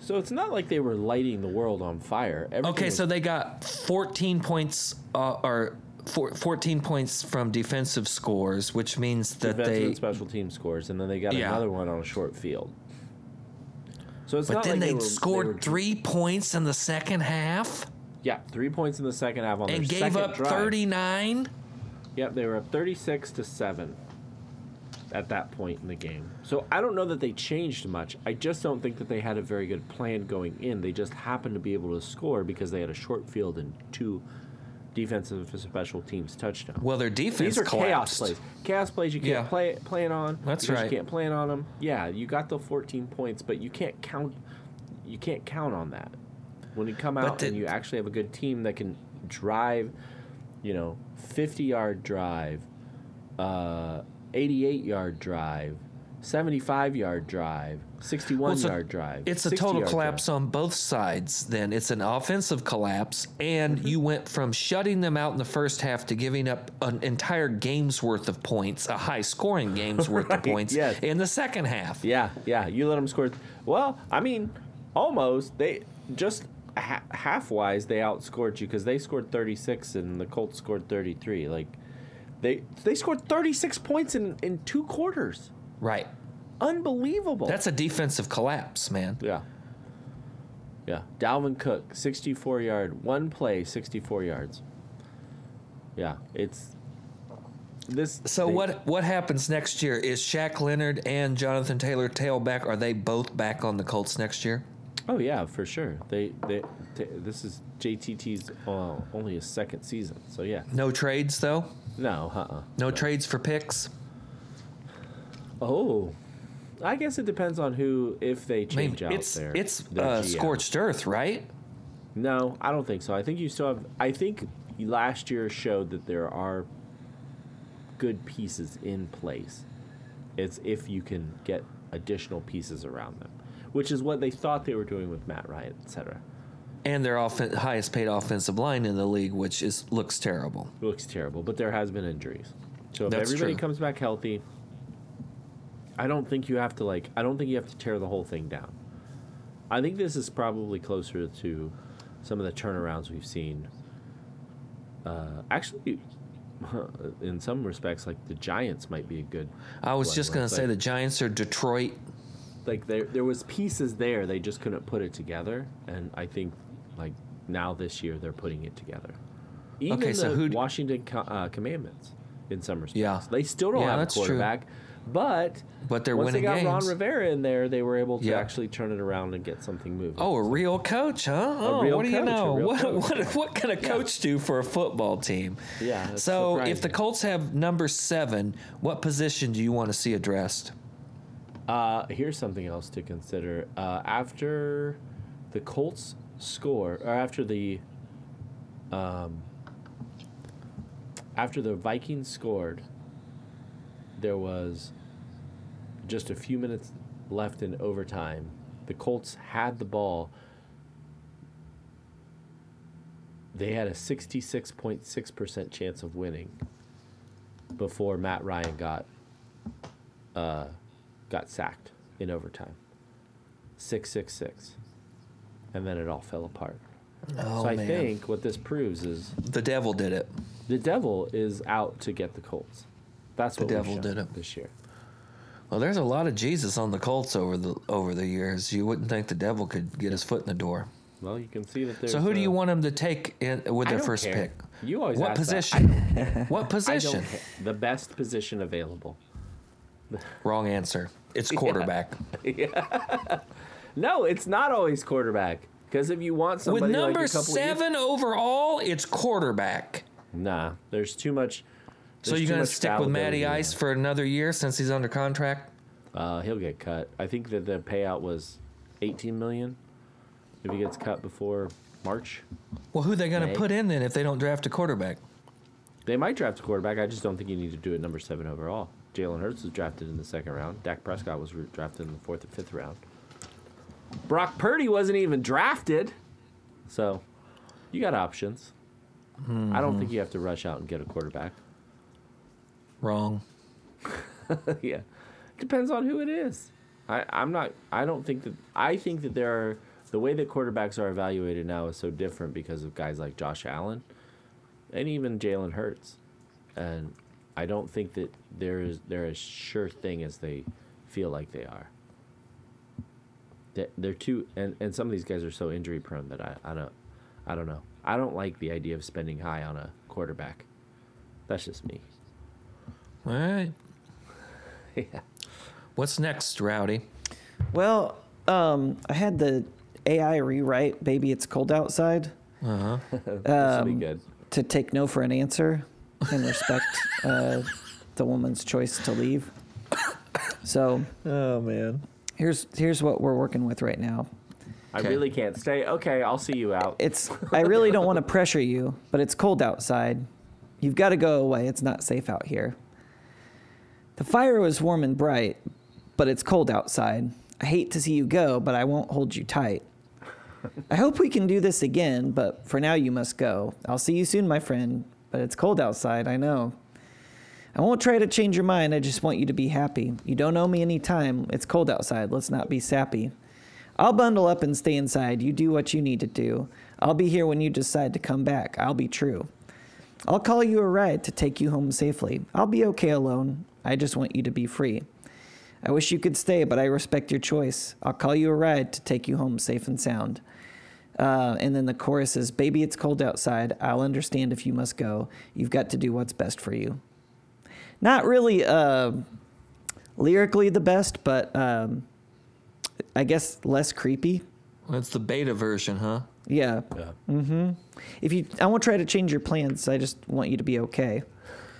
Speaker 1: So it's not like they were lighting the world on fire. Everything
Speaker 2: Okay,
Speaker 1: was-
Speaker 2: so they got 14 points uh, or four, 14 points from defensive scores, which means that
Speaker 1: defensive
Speaker 2: they
Speaker 1: and special team scores, and then they got
Speaker 2: Yeah.
Speaker 1: another one on a short field. So it's
Speaker 2: But
Speaker 1: not like
Speaker 2: then they,
Speaker 1: were-
Speaker 2: scored
Speaker 1: were-
Speaker 2: 3 points in the second half
Speaker 1: Yeah, three points in the second half on
Speaker 2: and
Speaker 1: their
Speaker 2: gave
Speaker 1: second
Speaker 2: up
Speaker 1: drive.
Speaker 2: 39.
Speaker 1: Yep, they were up 36 to 7 at that point in the game. So I don't know that they changed much. I just don't think that they had a very good plan going in. They just happened to be able to score because they had a short field and two defensive and special teams touchdowns.
Speaker 2: Well, their defense
Speaker 1: These are chaos
Speaker 2: collapsed.
Speaker 1: plays. Chaos plays you can't
Speaker 2: Yeah.
Speaker 1: play plan on.
Speaker 2: That's
Speaker 1: because
Speaker 2: right.
Speaker 1: You can't plan on them. Yeah, you got the 14 points, but you can't count. You can't count on that. When you come out
Speaker 2: the-
Speaker 1: and you actually have a good team that can drive, you know, 50 yard drive, uh, 88 yard drive, 75 yard drive, 61
Speaker 2: Well, so
Speaker 1: yard drive.
Speaker 2: It's a
Speaker 1: 60
Speaker 2: total
Speaker 1: yard
Speaker 2: collapse
Speaker 1: drive.
Speaker 2: on both sides then. It's an offensive collapse and
Speaker 1: Mm-hmm.
Speaker 2: you went from shutting them out in the first half to giving up an entire game's worth of points, a high scoring game's worth of points
Speaker 1: yes.
Speaker 2: in the second half.
Speaker 1: Yeah, yeah. You let them score. Well, I mean, almost. They just ha- half wise they outscored you because they scored 36 and the Colts scored 33. Like they they scored 36 points in in two quarters.
Speaker 2: Right.
Speaker 1: Unbelievable.
Speaker 2: That's a defensive collapse, man.
Speaker 1: yeah. Yeah. Dalvin Cook, 64 yard, one play, 64 yards. Yeah, it's this.
Speaker 2: So
Speaker 1: they-
Speaker 2: what what happens next year? Is Shaq Leonard and Jonathan Taylor tailback? Are they both back on the Colts next year?
Speaker 1: Oh yeah, for sure. They they t- this is JTT's uh, only his second season, so yeah.
Speaker 2: No trades though.
Speaker 1: No, uh-uh.
Speaker 2: No trades for picks.
Speaker 1: Oh, I guess it depends on who if they
Speaker 2: I mean,
Speaker 1: change out
Speaker 2: it's
Speaker 1: there.
Speaker 2: it's
Speaker 1: their
Speaker 2: uh,
Speaker 1: GM.
Speaker 2: scorched earth, right?
Speaker 1: No, I don't think so. I think you still have. I think last year showed that there are good pieces in place. It's if you can get additional pieces around them, which is what they thought they were doing with Matt Ryan, etc.
Speaker 2: And their offen- highest paid offensive line in the league, which is looks terrible.
Speaker 1: It looks terrible, but there has been injuries. So if
Speaker 2: That's
Speaker 1: everybody
Speaker 2: true.
Speaker 1: comes back healthy, I don't think you have to like I don't think you have to tear the whole thing down. I think this is probably closer to some of the turnarounds we've seen. Uh, actually, in some respects, like the Giants might be a good.
Speaker 2: I was
Speaker 1: one
Speaker 2: just
Speaker 1: where
Speaker 2: gonna
Speaker 1: it's
Speaker 2: say
Speaker 1: like-
Speaker 2: the Giants are Detroit.
Speaker 1: like there there was pieces there they just couldn't put it together, and I think like now this year they're putting it together. Even
Speaker 2: Okay, so
Speaker 1: the
Speaker 2: who d-
Speaker 1: Washington co- uh, Commandments in some respects,
Speaker 2: Yeah.
Speaker 1: they still don't
Speaker 2: Yeah,
Speaker 1: have a
Speaker 2: that's true.
Speaker 1: quarterback, but
Speaker 2: But they're
Speaker 1: once they got
Speaker 2: winning
Speaker 1: Ron
Speaker 2: games.
Speaker 1: Rivera in there, they were able to
Speaker 2: Yeah.
Speaker 1: actually turn it around and get something moving.
Speaker 2: Oh, a real coach, huh? Oh,
Speaker 1: real
Speaker 2: what do you
Speaker 1: coach, a
Speaker 2: know?
Speaker 1: real
Speaker 2: What,
Speaker 1: coach,
Speaker 2: what what can a coach do for a football team?
Speaker 1: Yeah, that's
Speaker 2: So if the
Speaker 1: surprising.
Speaker 2: Colts have number seven, what position do you want to see addressed?
Speaker 1: Uh, here's something else to consider. Uh, after the Colts score, or after the, um, after the Vikings scored, there was just a few minutes left in overtime. The Colts had the ball. They had a 66.6% chance of winning before Matt Ryan got got sacked in overtime. Six six six, and then it all fell apart.
Speaker 2: Oh
Speaker 1: so I
Speaker 2: man,
Speaker 1: think what this proves is
Speaker 2: the devil did it.
Speaker 1: the devil is out to get the Colts. That's what we've
Speaker 2: devil
Speaker 1: shown
Speaker 2: did it.
Speaker 1: this year.
Speaker 2: Well, there's a lot of Jesus on the Colts over the over the years. You wouldn't think the devil could get his foot in the door.
Speaker 1: Well, you can see that there's.
Speaker 2: So who do
Speaker 1: a-
Speaker 2: you want him to take in, with
Speaker 1: I
Speaker 2: their
Speaker 1: don't
Speaker 2: first
Speaker 1: care.
Speaker 2: pick?
Speaker 1: You always
Speaker 2: What
Speaker 1: ask that.
Speaker 2: position? What
Speaker 1: I don't
Speaker 2: position?
Speaker 1: care. the best position available.
Speaker 2: Wrong answer. It's quarterback.
Speaker 1: No, it's not always quarterback. Because if you want somebody
Speaker 2: With
Speaker 1: like a
Speaker 2: number
Speaker 1: couple years-
Speaker 2: seven overall, it's quarterback.
Speaker 1: nah, there's too much.
Speaker 2: So
Speaker 1: there's
Speaker 2: you're
Speaker 1: too
Speaker 2: gonna
Speaker 1: much
Speaker 2: stick with Matty
Speaker 1: fallibility there.
Speaker 2: Ice for another year since he's under contract?
Speaker 1: Uh, he'll get cut. I think that the payout was 18 million if he gets cut before March.
Speaker 2: Well, who they gonna
Speaker 1: Right.
Speaker 2: put in then if they don't draft a quarterback?
Speaker 1: They might draft a quarterback. I just don't think you need to do it number seven overall. Jalen Hurts was drafted in the second round. Dak Prescott was re- drafted in the fourth and fifth round. Brock Purdy wasn't even drafted. So you got options. I don't think you have to rush out and get a quarterback.
Speaker 2: Wrong.
Speaker 1: yeah. Depends on who it is. I, I'm not I don't think that I think that there are the way that quarterbacks are evaluated now is so different because of guys like Josh Allen and even Jalen Hurts. And I don't think that there is they're as sure thing as they feel like they are. They're, they're too and, and some of these guys are so injury prone that I, I don't I don't know. I don't like the idea of spending high on a quarterback. That's just me.
Speaker 2: All right.
Speaker 1: yeah.
Speaker 2: What's next, Rowdy?
Speaker 3: Well, um, I had the AI rewrite "Baby It's Cold Outside"
Speaker 1: This will be good.
Speaker 3: to take no for an answer and respect uh, the woman's choice to leave. So
Speaker 2: Oh man.
Speaker 3: here's here's what we're working with right now.
Speaker 1: I
Speaker 2: okay.
Speaker 1: really can't stay. Okay, I'll see you out.
Speaker 3: It's I really don't want to pressure you, but it's cold outside. You've got to go away. It's not safe out here. The fire was warm and bright, but it's cold outside. I hate to see you go, but I won't hold you tight. I hope we can do this again, but for now you must go. I'll see you soon, my friend, but it's cold outside, I know. I won't try to change your mind. I just want you to be happy. You don't owe me any time. It's cold outside. Let's not be sappy. I'll bundle up and stay inside. You do what you need to do. I'll be here when you decide to come back. I'll be true. I'll call you a ride to take you home safely. I'll be okay alone. I just want you to be free. I wish you could stay, but I respect your choice. I'll call you a ride to take you home safe and sound. Uh, and then the chorus is Baby, it's cold outside. I'll understand if you must go. You've got to do what's best for you. Not really uh, lyrically the best, but um, I guess less creepy.
Speaker 2: That's the beta version, huh?
Speaker 3: Yeah. Mm-hmm.
Speaker 1: Yeah.
Speaker 3: If you, I won't try to change your plans. I just want you to be okay.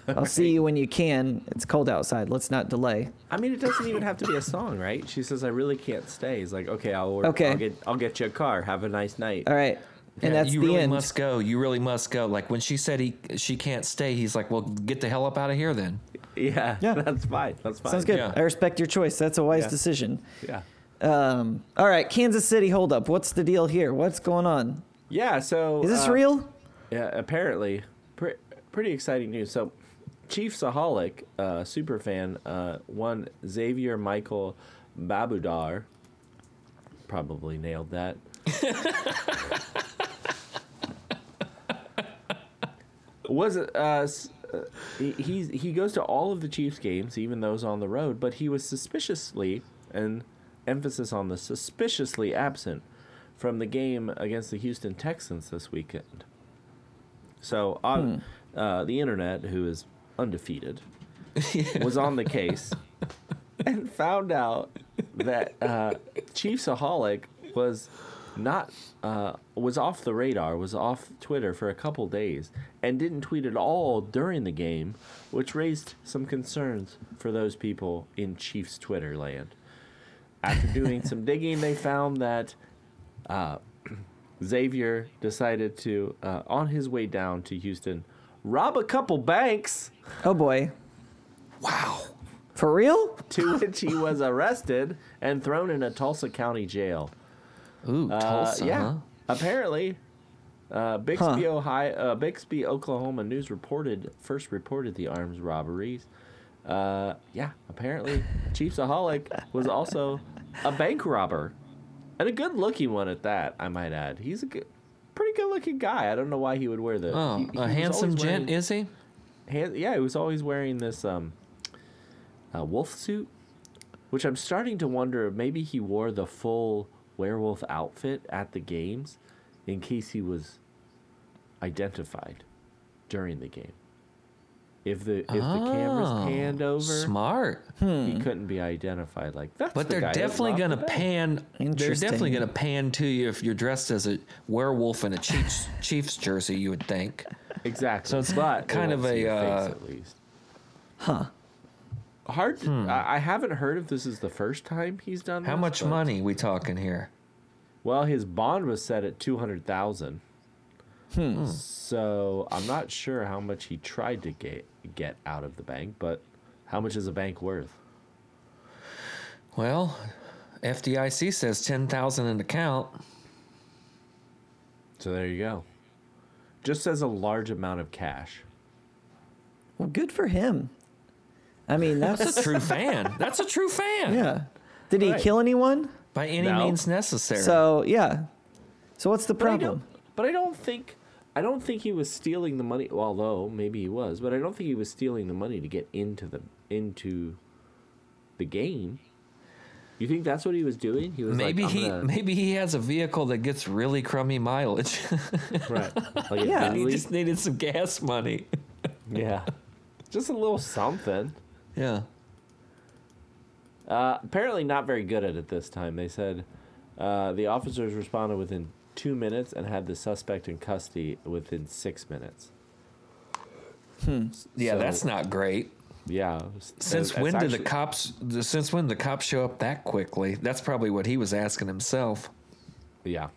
Speaker 3: I'll see you when you can. It's cold outside. Let's not delay.
Speaker 1: I mean, it doesn't even have to be a song, right? She says, "I really can't stay." He's like, "Okay, I'll order,
Speaker 3: Okay. Uh,
Speaker 1: I'll get I'll get you a car. Have a nice night."
Speaker 3: All right. And
Speaker 2: Yeah,
Speaker 3: that's
Speaker 2: you
Speaker 3: the
Speaker 2: really
Speaker 3: end.
Speaker 2: must go. You really must go. Like when she said he she can't stay, he's like, "Well, get the hell up out of here then."
Speaker 1: Yeah,
Speaker 3: Yeah.
Speaker 1: that's fine. That's fine.
Speaker 3: Sounds good.
Speaker 2: Yeah.
Speaker 3: I respect your choice. That's a wise
Speaker 1: Yeah.
Speaker 3: decision.
Speaker 1: Yeah.
Speaker 3: Um, all right. Kansas City holdup. What's the deal here? What's going on?
Speaker 1: Yeah. So
Speaker 3: Is this
Speaker 1: uh,
Speaker 3: real?
Speaker 1: Yeah, apparently, pre- pretty exciting news. So, Chief Saholic, uh, super fan, uh, one Xavier Michael Babudar, probably nailed that. was uh, s- uh, he he's- he goes to all of the Chiefs games, even those on the road, but he was suspiciously and emphasis on the suspiciously absent from the game against the Houston Texans this weekend. So on uh, the internet, who is undefeated, was on the case and found out that uh, Chief Saholic was not uh, was off the radar, was off Twitter for a couple days, and didn't tweet at all during the game, which raised some concerns for those people in Chiefs Twitter land. After doing some digging, they found that Xavier decided to, uh, on his way down to Houston, rob a couple banks,
Speaker 3: Oh boy.
Speaker 2: Wow.
Speaker 3: For real?
Speaker 1: to which he was arrested and thrown in a Tulsa County jail.
Speaker 2: Ooh,
Speaker 1: Uh,
Speaker 2: Tulsa.
Speaker 1: yeah,
Speaker 2: Huh?
Speaker 1: apparently. Uh, Bixby,
Speaker 3: Huh.
Speaker 1: Ohio, uh, Bixby, Oklahoma news reported first reported the arms robberies. Uh, yeah, apparently, Chief Saholic was also a bank robber, and a good-looking one at that. I might add, he's a good, pretty good-looking guy. I don't know why he would wear the.
Speaker 2: Oh,
Speaker 1: he- he was
Speaker 2: a
Speaker 1: always
Speaker 2: handsome
Speaker 1: wearing-
Speaker 2: gent is he?
Speaker 1: hand, yeah, he was always wearing this um, uh, wolf suit, which I'm starting to wonder if maybe he wore the full werewolf outfit at the games in case he was identified during the game. If the if the cameras
Speaker 2: Oh,
Speaker 1: panned over,
Speaker 2: Smart. Hmm.
Speaker 1: he couldn't be identified like that.
Speaker 2: But
Speaker 1: the
Speaker 2: they're
Speaker 1: guy that
Speaker 2: definitely
Speaker 1: robbed the
Speaker 2: gonna
Speaker 1: bank."
Speaker 2: pan. They're
Speaker 3: Interesting.
Speaker 2: definitely gonna pan to you if you're dressed as a werewolf in a Chiefs Chiefs jersey. You would think.
Speaker 1: Exactly.
Speaker 2: So it's
Speaker 1: but they
Speaker 2: kind
Speaker 1: won't
Speaker 2: of
Speaker 1: see
Speaker 2: a,
Speaker 1: your
Speaker 2: uh,
Speaker 1: face, at least. Huh. Hard. to- I, I haven't heard if this is the first time he's done.
Speaker 2: Hmm. How
Speaker 1: this,
Speaker 2: much
Speaker 1: but-
Speaker 2: money we talking here?
Speaker 1: Well, his bond was set at two hundred thousand. Hmm. So I'm not sure how much he tried to get get out of the bank, but how much is a bank worth?
Speaker 2: Well, FDIC says ten thousand an account.
Speaker 1: So there you go. Just says a large amount of cash.
Speaker 3: Well, good for him. I mean, that's
Speaker 2: True fan. That's a true fan.
Speaker 3: yeah. Did he
Speaker 1: Right.
Speaker 3: kill anyone?
Speaker 2: by any
Speaker 1: No.
Speaker 2: means necessary.
Speaker 3: So yeah. So what's the
Speaker 1: But I don't-
Speaker 3: problem?
Speaker 1: But I don't think I don't think he was stealing the money. Although maybe he was, but I don't think he was stealing the money to get into the into the game. You think that's what he was doing? He was like,
Speaker 2: maybe
Speaker 1: "I'm
Speaker 2: he
Speaker 1: gonna-"
Speaker 2: maybe he has a vehicle that gets really crummy mileage.
Speaker 1: right, like a
Speaker 3: Yeah.
Speaker 2: he
Speaker 1: Bentley?
Speaker 2: just needed some gas money.
Speaker 1: yeah, just a little something.
Speaker 2: Yeah.
Speaker 1: Uh, apparently, not very good at it this time. They said uh, the officers responded within two minutes and had the suspect in custody within six minutes.
Speaker 2: Yeah,
Speaker 1: So-
Speaker 2: that's not great.
Speaker 1: Yeah.
Speaker 2: Since
Speaker 1: that's
Speaker 2: when did the
Speaker 1: actually-
Speaker 2: cops the- since when did the cops show up that quickly? That's probably what he was asking himself.
Speaker 1: Yeah.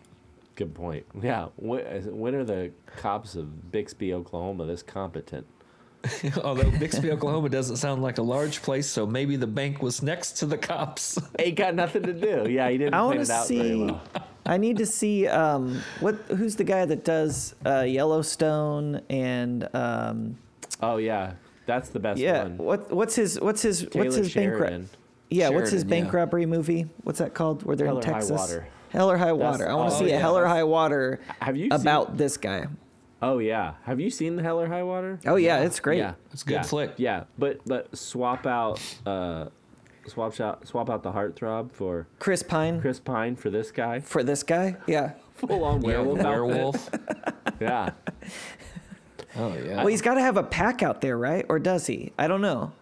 Speaker 1: Good point. Yeah. When, when are the cops of Bixby, Oklahoma this competent?
Speaker 2: Although Bixby, Oklahoma doesn't sound like a large place, so maybe the bank was next to the cops.
Speaker 1: Ain't got nothing to do. Yeah, he didn't
Speaker 3: I
Speaker 1: plan
Speaker 3: want to
Speaker 1: it out very
Speaker 3: see.
Speaker 1: well.
Speaker 3: I need to see um, what who's the guy that does uh, Yellowstone and um,
Speaker 1: Oh, yeah. That's the best
Speaker 3: yeah
Speaker 1: one.
Speaker 3: what what's his what's his
Speaker 1: Taylor
Speaker 3: what's his bank
Speaker 1: Sheridan.
Speaker 3: ro- yeah what's his
Speaker 2: Sheridan,
Speaker 3: bank
Speaker 2: yeah.
Speaker 3: robbery movie what's that called where they're
Speaker 1: Hell
Speaker 3: in
Speaker 1: or High
Speaker 3: Texas
Speaker 1: Water.
Speaker 3: Hell or High
Speaker 1: That's-
Speaker 3: Water I want to
Speaker 1: oh,
Speaker 3: see
Speaker 1: yeah,
Speaker 3: a Hell or
Speaker 1: that's-
Speaker 3: High Water
Speaker 1: Have you seen-
Speaker 3: about this guy
Speaker 1: Oh, yeah. Have you seen the Hell or High Water?
Speaker 3: oh yeah it's great
Speaker 1: Yeah,
Speaker 2: It's a good
Speaker 1: yeah,
Speaker 2: flick.
Speaker 1: Yeah, but but swap out, uh, swap out, swap out the heartthrob for
Speaker 3: Chris Pine
Speaker 1: Chris Pine for this guy.
Speaker 3: for this guy yeah
Speaker 1: Full on
Speaker 2: Yeah,
Speaker 1: werewolf. outfit.
Speaker 2: werewolf.
Speaker 1: Yeah.
Speaker 2: Oh yeah.
Speaker 3: well he's got to have a pack out there right or does he I don't know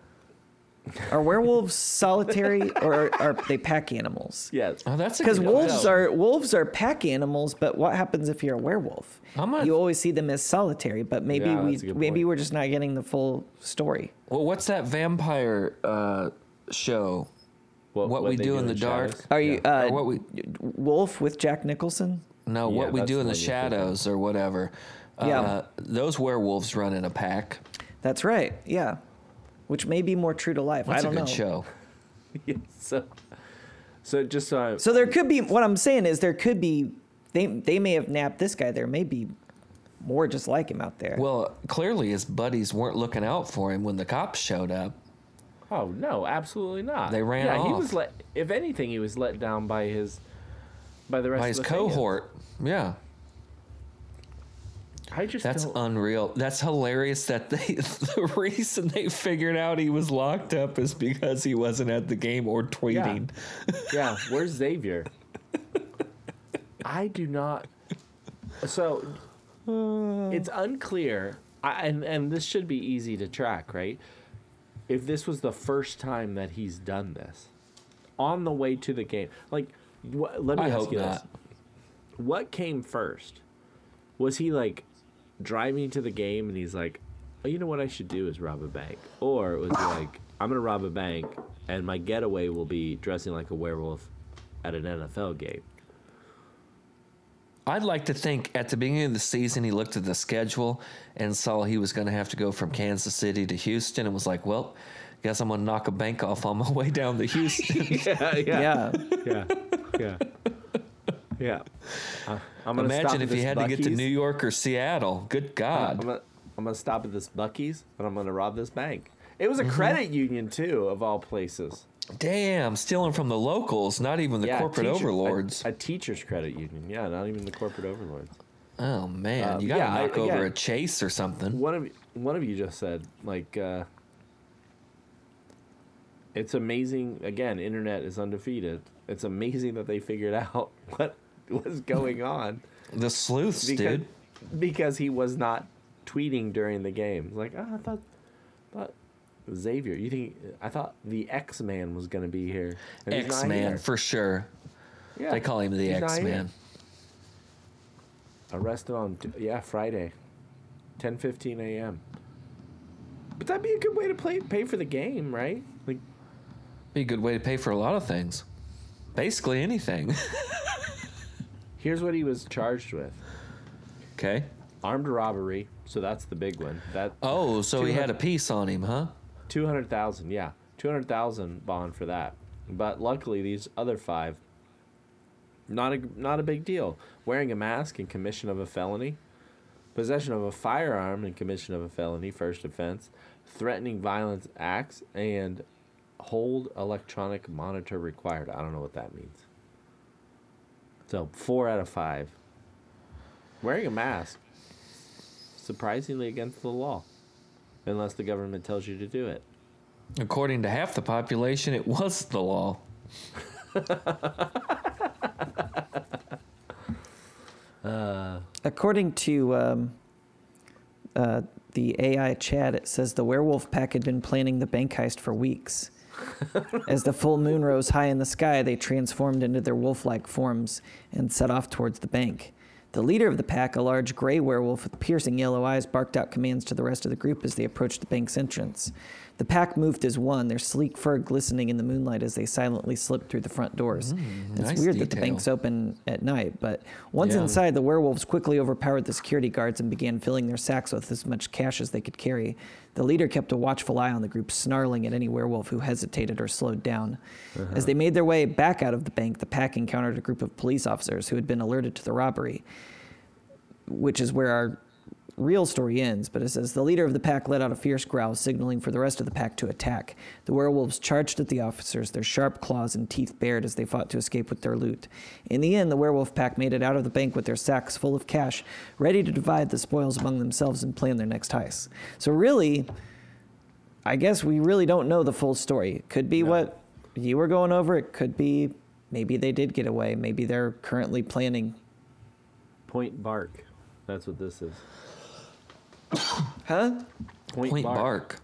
Speaker 3: are werewolves solitary or are they pack animals
Speaker 1: Yes.
Speaker 2: oh, that's a
Speaker 3: Because
Speaker 2: good
Speaker 3: wolves
Speaker 2: show.
Speaker 3: are wolves are pack animals, but what happens if you're a werewolf?
Speaker 2: I'm not-
Speaker 3: you always see them as solitary, but maybe
Speaker 1: Yeah,
Speaker 3: we
Speaker 1: that's a good
Speaker 3: maybe
Speaker 1: point.
Speaker 3: we're just not getting the full story.
Speaker 2: Well, what's that vampire uh, show? What We
Speaker 1: they
Speaker 2: Do in the Dark.
Speaker 1: shadows?
Speaker 3: Are you
Speaker 2: Or
Speaker 3: uh,
Speaker 2: what we
Speaker 3: Wolf with Jack Nicholson?
Speaker 2: no,
Speaker 1: Yeah,
Speaker 2: what we
Speaker 1: that's
Speaker 2: do in
Speaker 1: the
Speaker 2: the
Speaker 1: one you're thinking of.
Speaker 2: shadows or whatever.
Speaker 3: Yeah.
Speaker 2: Uh, those werewolves run in a pack.
Speaker 3: That's right. Yeah, which may be more true to life.
Speaker 2: That's
Speaker 3: I don't
Speaker 2: a good
Speaker 3: know.
Speaker 2: show.
Speaker 1: Yeah, so, so just uh, so, I,
Speaker 3: So there could be what I'm saying is there could be they they may have nabbed this guy. There may be more just like him out there.
Speaker 2: Well, clearly his buddies weren't looking out for him when the cops showed up.
Speaker 1: oh no, absolutely not.
Speaker 2: They ran
Speaker 1: Yeah, he
Speaker 2: off.
Speaker 1: was let. If anything, he was let down by his, by the rest
Speaker 2: by
Speaker 1: of
Speaker 2: his
Speaker 1: the
Speaker 2: cohort. Yeah,
Speaker 1: Fans. I just
Speaker 2: that's
Speaker 1: don't,
Speaker 2: unreal. That's hilarious. That they the reason they figured out he was locked up is because he wasn't at the game or tweeting.
Speaker 1: yeah. Where's Xavier? I do not. So it's unclear, I, and and this should be easy to track, right? If this was the first time that he's done this, on the way to the game, like, wh- let me
Speaker 2: I
Speaker 1: ask
Speaker 2: hope
Speaker 1: you
Speaker 2: not.
Speaker 1: this. what came first? Was he like driving to the game and he's like, oh, you know what I should do is rob a bank? Or was he like, I'm going to rob a bank and my getaway will be dressing like a werewolf at an NFL game?
Speaker 2: I'd like to think at the beginning of the season, he looked at the schedule and saw he was going to have to go from Kansas City to Houston and was like, well, guess I'm going to knock a bank off on my way down to Houston.
Speaker 1: yeah,
Speaker 3: yeah,
Speaker 1: Yeah. Yeah. Yeah. Uh, I'm gonna stop
Speaker 2: Imagine
Speaker 1: at
Speaker 2: if he
Speaker 1: this
Speaker 2: had to get to
Speaker 1: Buc-ee's. Um,
Speaker 2: New York or Seattle. Good
Speaker 1: I'm
Speaker 2: God.
Speaker 1: gonna, I'm gonna stop at this Bucky's and I'm gonna rob this bank. It
Speaker 2: Mm-hmm.
Speaker 1: was a credit union too, of all places.
Speaker 2: Damn, stealing from the locals, not even the
Speaker 1: Yeah, a
Speaker 2: corporate
Speaker 1: teacher- a-
Speaker 2: overlords.
Speaker 1: A, teacher's credit union. Yeah, not even the corporate overlords.
Speaker 2: oh, man.
Speaker 1: Uh,
Speaker 2: you got to
Speaker 1: yeah, I-
Speaker 2: knock over
Speaker 1: yeah.
Speaker 2: a chase or something.
Speaker 1: One of one of you just said like uh, it's amazing. Again, internet is undefeated. It's amazing that they figured out what was going on
Speaker 2: The sleuths,
Speaker 1: because
Speaker 2: dude.
Speaker 1: because he was not tweeting during the game. Like oh, I thought, thought Xavier. You think I thought the X Man was gonna be here? and he's not
Speaker 2: X Man,
Speaker 1: here.
Speaker 2: for sure.
Speaker 1: Yeah,
Speaker 2: They call him the
Speaker 1: he's not
Speaker 2: X
Speaker 1: here.
Speaker 2: Man.
Speaker 1: arrested on t- yeah Friday, ten fifteen a.m. But that'd be a good way to play pay for the game, right? Like
Speaker 2: Be a good way to pay for a lot of things. Basically anything.
Speaker 1: here's what he was charged with:
Speaker 2: okay.
Speaker 1: armed robbery. So that's the big one. That
Speaker 2: Oh, so he had a
Speaker 1: 200
Speaker 2: piece on him, huh?
Speaker 1: two hundred thousand, yeah, two hundred thousand bond for that. But luckily, these other five, not a not a big deal. Wearing a mask and commission of a felony, possession of a firearm and commission of a felony, first offense, threatening violence acts, and hold electronic monitor required. I don't know what that means. So four out of five. Wearing a mask, surprisingly against the law, unless the government tells you to do it.
Speaker 2: According to half the population, it was the law.
Speaker 3: According to um, uh, the AI chat, it says the werewolf pack had been planning the bank heist for weeks. As the full moon rose high in the sky, they transformed into their wolf like forms and set off towards the bank. The leader of the pack, a large gray werewolf with piercing yellow eyes, barked out commands to the rest of the group as they approached the bank's entrance. The pack moved as one, their sleek fur glistening in the moonlight as they silently slipped through the front doors. it's
Speaker 2: Mm, nice
Speaker 3: weird that the
Speaker 2: detail.
Speaker 3: bank's open at night, but once
Speaker 2: Yeah.
Speaker 3: inside, the werewolves quickly overpowered the security guards and began filling their sacks with as much cash as they could carry. The leader kept a watchful eye on the group, snarling at any werewolf who hesitated or slowed down. As they made their way back out of the bank, the pack encountered a group of police officers who had been alerted to the robbery, which is where our real story ends. But it says the leader of the pack let out a fierce growl, signaling for the rest of the pack to attack. The werewolves charged at the officers, their sharp claws and teeth bared as they fought to escape with their loot. In the end, the werewolf pack made it out of the bank with their sacks full of cash, ready to divide the spoils among themselves and plan their next heist. So, really, I guess we really don't know the full story. It could be what you were going over, it could be. Maybe they did get away. Maybe they're currently planning.
Speaker 1: Point bark. That's what this is.
Speaker 3: Huh?
Speaker 2: Point bark.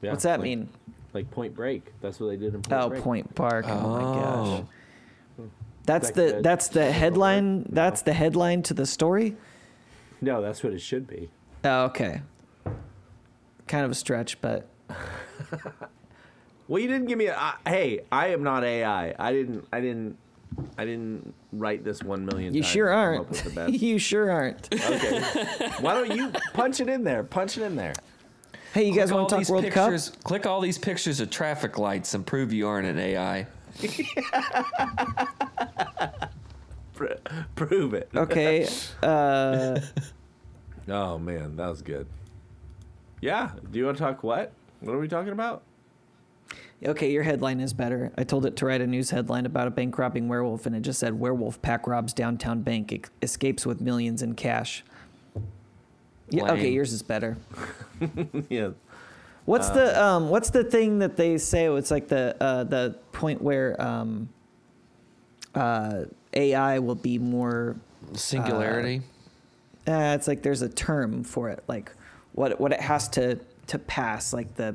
Speaker 1: Yeah,
Speaker 3: What's that
Speaker 1: like-
Speaker 3: mean?
Speaker 1: Like Point Break. That's what they did in Point
Speaker 3: Oh,
Speaker 1: Break.
Speaker 3: Point Park. Oh, my gosh.
Speaker 2: Oh.
Speaker 3: That's
Speaker 1: That
Speaker 3: the
Speaker 1: could-
Speaker 3: that's the headline. That's the headline to the story.
Speaker 1: No, that's what it should be.
Speaker 3: Oh, okay. Kind of a stretch, but
Speaker 1: Well, you didn't give me a. I hey, I am not AI. I didn't. I didn't. I didn't write this one million.
Speaker 3: you
Speaker 1: times
Speaker 3: sure
Speaker 1: and come up
Speaker 3: aren't.
Speaker 1: with the best.
Speaker 3: you sure aren't.
Speaker 1: Okay. Why don't you punch it in there? Punch it in there.
Speaker 3: Hey, you guys
Speaker 2: Click all
Speaker 3: want to talk
Speaker 2: these
Speaker 3: World
Speaker 2: pictures, Click all these pictures of traffic lights and prove you aren't an AI.
Speaker 1: Pro- prove it.
Speaker 3: Cup? Okay. Uh,
Speaker 1: Oh man, that was good. Yeah. Do you want to talk what? What are we talking about?
Speaker 3: okay, your headline is better. I told it to write a news headline about a bank robbing werewolf, and it just said werewolf pack robs downtown bank, ex- escapes with millions in cash. Yeah. Okay,
Speaker 2: Lame.
Speaker 3: yours is better.
Speaker 1: yeah.
Speaker 3: What's the um, what's the thing that they say? It's like the uh, the point where um, uh, AI will be more.
Speaker 2: Singularity.
Speaker 3: Uh, it's like there's a term for it, like what what it has to to pass, like the.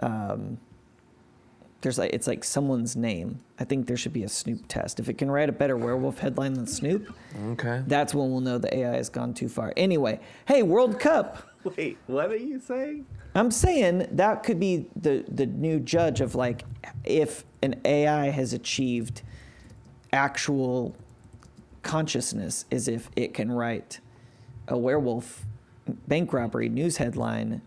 Speaker 3: Um, there's like it's like someone's name. I think there should be a Snoop test. If it can write a better werewolf headline than Snoop,
Speaker 1: Uh,
Speaker 2: okay.
Speaker 3: that's when we'll know the AI has gone too far. Anyway, hey, World Cup.
Speaker 1: Wait. What are you saying?
Speaker 3: I'm saying that could be the the new judge of like if an AI has achieved actual consciousness is if it can write a werewolf bank robbery news headline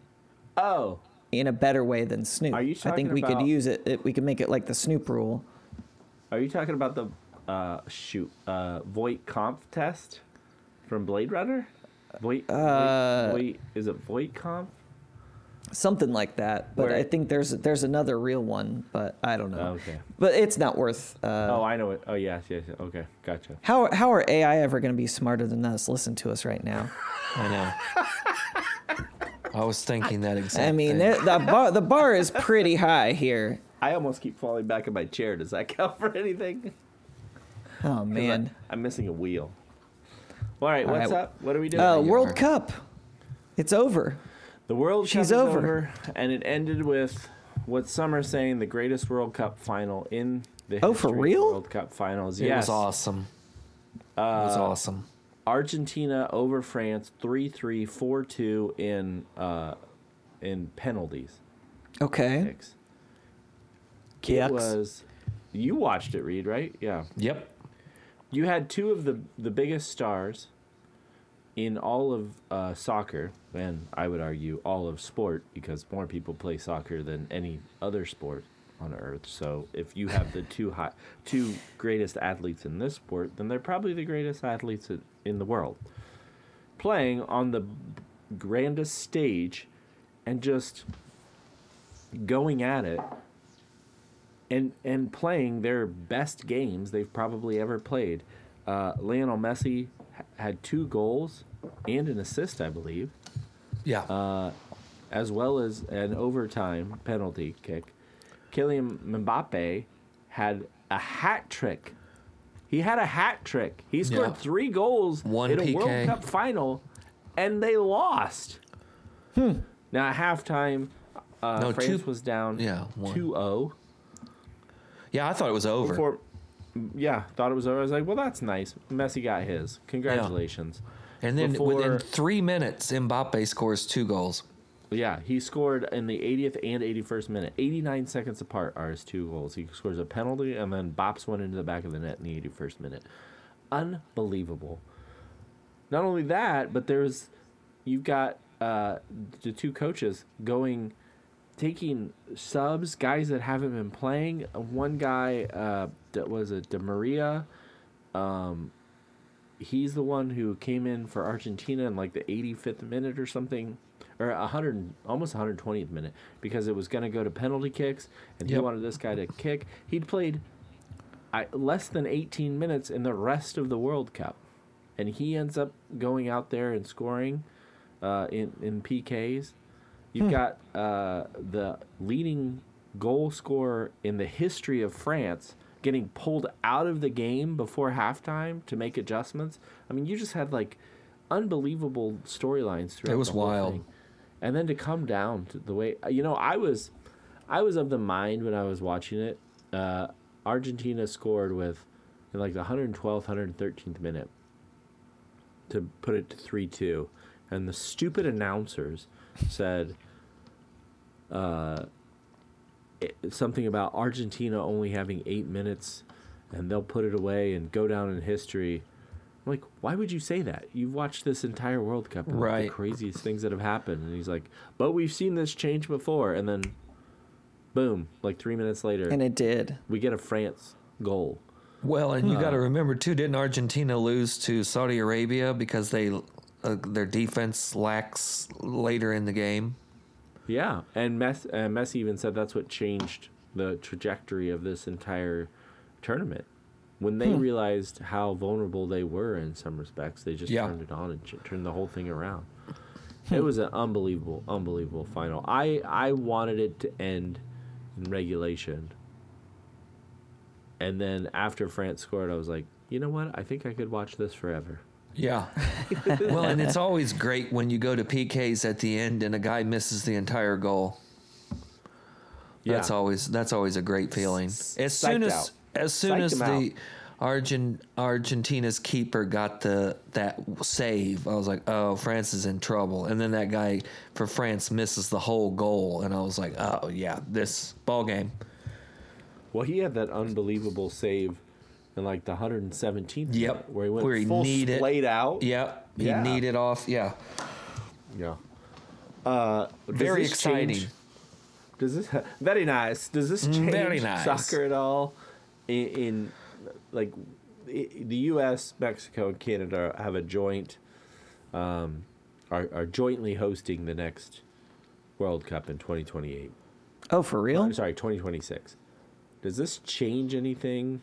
Speaker 1: Oh.
Speaker 3: in a better way than Snoop.
Speaker 1: Are you
Speaker 3: I think
Speaker 1: talking
Speaker 3: we could
Speaker 1: about-
Speaker 3: use it, it we could make it like the Snoop rule.
Speaker 1: Are you talking about the uh, shoot uh, Voight Kampf test from Blade Runner? Voight,
Speaker 3: Uh,
Speaker 1: Voight, Voight is it Voight Kampf?
Speaker 3: Something like that, but
Speaker 1: Where-
Speaker 3: I think there's there's another real one, but I don't know.
Speaker 1: Okay.
Speaker 3: But it's not worth. Uh,
Speaker 1: Oh, I know it. Oh, yes, yes. yes. Okay, gotcha.
Speaker 3: How how are AI ever going to be smarter than us? Listen to us right now.
Speaker 2: I know. I was thinking that exactly.
Speaker 3: I mean, the, the bar the bar is pretty high here.
Speaker 1: I almost keep falling back in my chair. Does that count for anything?
Speaker 3: Oh
Speaker 1: 'Cause I-
Speaker 3: man.
Speaker 1: I'm missing a wheel. All right,
Speaker 3: All
Speaker 1: what's
Speaker 3: right.
Speaker 1: up? What are we doing?
Speaker 3: Uh,
Speaker 2: you
Speaker 3: World
Speaker 2: are.
Speaker 3: Cup. It's over.
Speaker 1: the World
Speaker 3: she's
Speaker 1: Cup is
Speaker 3: over.
Speaker 1: and it ended with what some are saying the greatest World Cup final in the
Speaker 3: Oh, for
Speaker 1: history of
Speaker 3: real?
Speaker 1: World Cup finals.
Speaker 2: it
Speaker 1: yes,
Speaker 2: was awesome. it was awesome.
Speaker 1: Argentina over France 3-3, 4-2 in uh, in penalties.
Speaker 3: Okay.
Speaker 1: Kicks.
Speaker 3: Kicks.
Speaker 1: It was you watched it, Reed, right? Yeah.
Speaker 2: Yep.
Speaker 1: You had two of the the biggest stars in all of uh, soccer, and I would argue all of sport, because more people play soccer than any other sport on earth. So if you have the two high, two greatest athletes in this sport, then they're probably the greatest athletes in, in the world, playing on the grandest stage, and just going at it and and playing their best games they've probably ever played Uh, Lionel Messi h- had two goals and an assist, I believe,
Speaker 2: Yeah.
Speaker 1: as well as an overtime penalty kick. Kylian Mbappe had a hat trick. He had a hat trick. He scored
Speaker 2: Yeah.
Speaker 1: three goals
Speaker 2: One
Speaker 1: in a
Speaker 2: PK.
Speaker 1: World Cup final, and they lost. Now at halftime, uh,
Speaker 2: Hmm. No, two-
Speaker 1: France was down oh.
Speaker 2: yeah, one.
Speaker 1: 2-0.
Speaker 2: yeah, I thought it was over.
Speaker 1: Before, yeah, thought it was over. I was like, well, that's nice. Messi got his. Congratulations.
Speaker 2: and then
Speaker 1: before-
Speaker 2: within three minutes, Mbappe scores two goals.
Speaker 1: Yeah, he scored in the 80th and 81st minute. 89 seconds apart are his two goals. He scores a penalty and then bops one into the back of the net in the 81st minute. Unbelievable. Not only that, but there's you've got uh, the two coaches going taking subs, guys that haven't been playing. One guy uh, that was a De Maria. he's the one who came in for Argentina in like the 85th minute or something, or 100, almost 120th minute, because it was going to go to penalty kicks, and he
Speaker 2: Yep.
Speaker 1: wanted this guy to kick. He'd played I, less than 18 minutes in the rest of the World Cup, and he ends up going out there and scoring uh, in in PKs. You've
Speaker 2: Hmm.
Speaker 1: got uh, the leading goal scorer in the history of France getting pulled out of the game before halftime to make adjustments. I mean, you just had like unbelievable storylines throughout.
Speaker 2: was
Speaker 1: the whole
Speaker 2: wild.
Speaker 1: thing. And then to come down to the way uh, you know, I was, I was of the mind when I was watching it. Uh, Argentina scored with in like the 112th, 113th minute to put it to 3 2. And the stupid announcers said uh, it- something about Argentina only having eight minutes and they'll put it away and go down in history. I'm like, why would you say that? You've watched this entire World Cup and like, the
Speaker 2: Right.
Speaker 1: craziest things that have happened. And he's like, but we've seen this change before. And then, boom, like three minutes later,
Speaker 3: And it did.
Speaker 1: we get a France goal.
Speaker 2: Well, and you got to remember too, didn't Argentina lose to Saudi Arabia because they uh, their defense lacks later in the game?
Speaker 1: Yeah, and Messi, uh, Messi even said that's what changed the trajectory of this entire tournament. When
Speaker 2: Hmm.
Speaker 1: they realized how vulnerable they were in some respects, they just
Speaker 2: Yeah. Hmm.
Speaker 1: turned it on and ch- turned the whole thing around. It was an unbelievable, unbelievable final. I I wanted it to end in regulation, and then after France scored, I was like, you know what? I think I could watch this forever.
Speaker 2: Yeah. well, and it's always great when you go to PKs at the end and a guy misses the entire goal. That's
Speaker 1: Yeah.
Speaker 2: always that's always a great feeling.
Speaker 1: S-
Speaker 2: As soon
Speaker 1: psyched
Speaker 2: as
Speaker 1: out.
Speaker 2: as soon
Speaker 1: Psyched
Speaker 2: as
Speaker 1: him out.
Speaker 2: the Argent, Argentina's keeper got the that save, I was like, "Oh, France is in trouble." And then that guy for France misses the whole goal, and I was like, "Oh yeah, this ball game."
Speaker 1: Well, he had that unbelievable save in like the 117th.
Speaker 2: Yep.
Speaker 1: minute where he went
Speaker 2: Where he
Speaker 1: full
Speaker 2: kneed it.
Speaker 1: splayed out.
Speaker 2: Yep, he
Speaker 1: Yeah.
Speaker 2: kneed it off. Yeah,
Speaker 1: Yeah. Uh, does
Speaker 2: very
Speaker 1: this
Speaker 2: exciting. Mm,
Speaker 1: change- does this very nice? Does this change
Speaker 2: very nice.
Speaker 1: soccer at all? In, in like i the U.S., Mexico, and Canada have a joint um, are are jointly hosting the next World Cup in 2028.
Speaker 3: Oh, for real?
Speaker 1: I'm sorry, 2026. Does this change anything?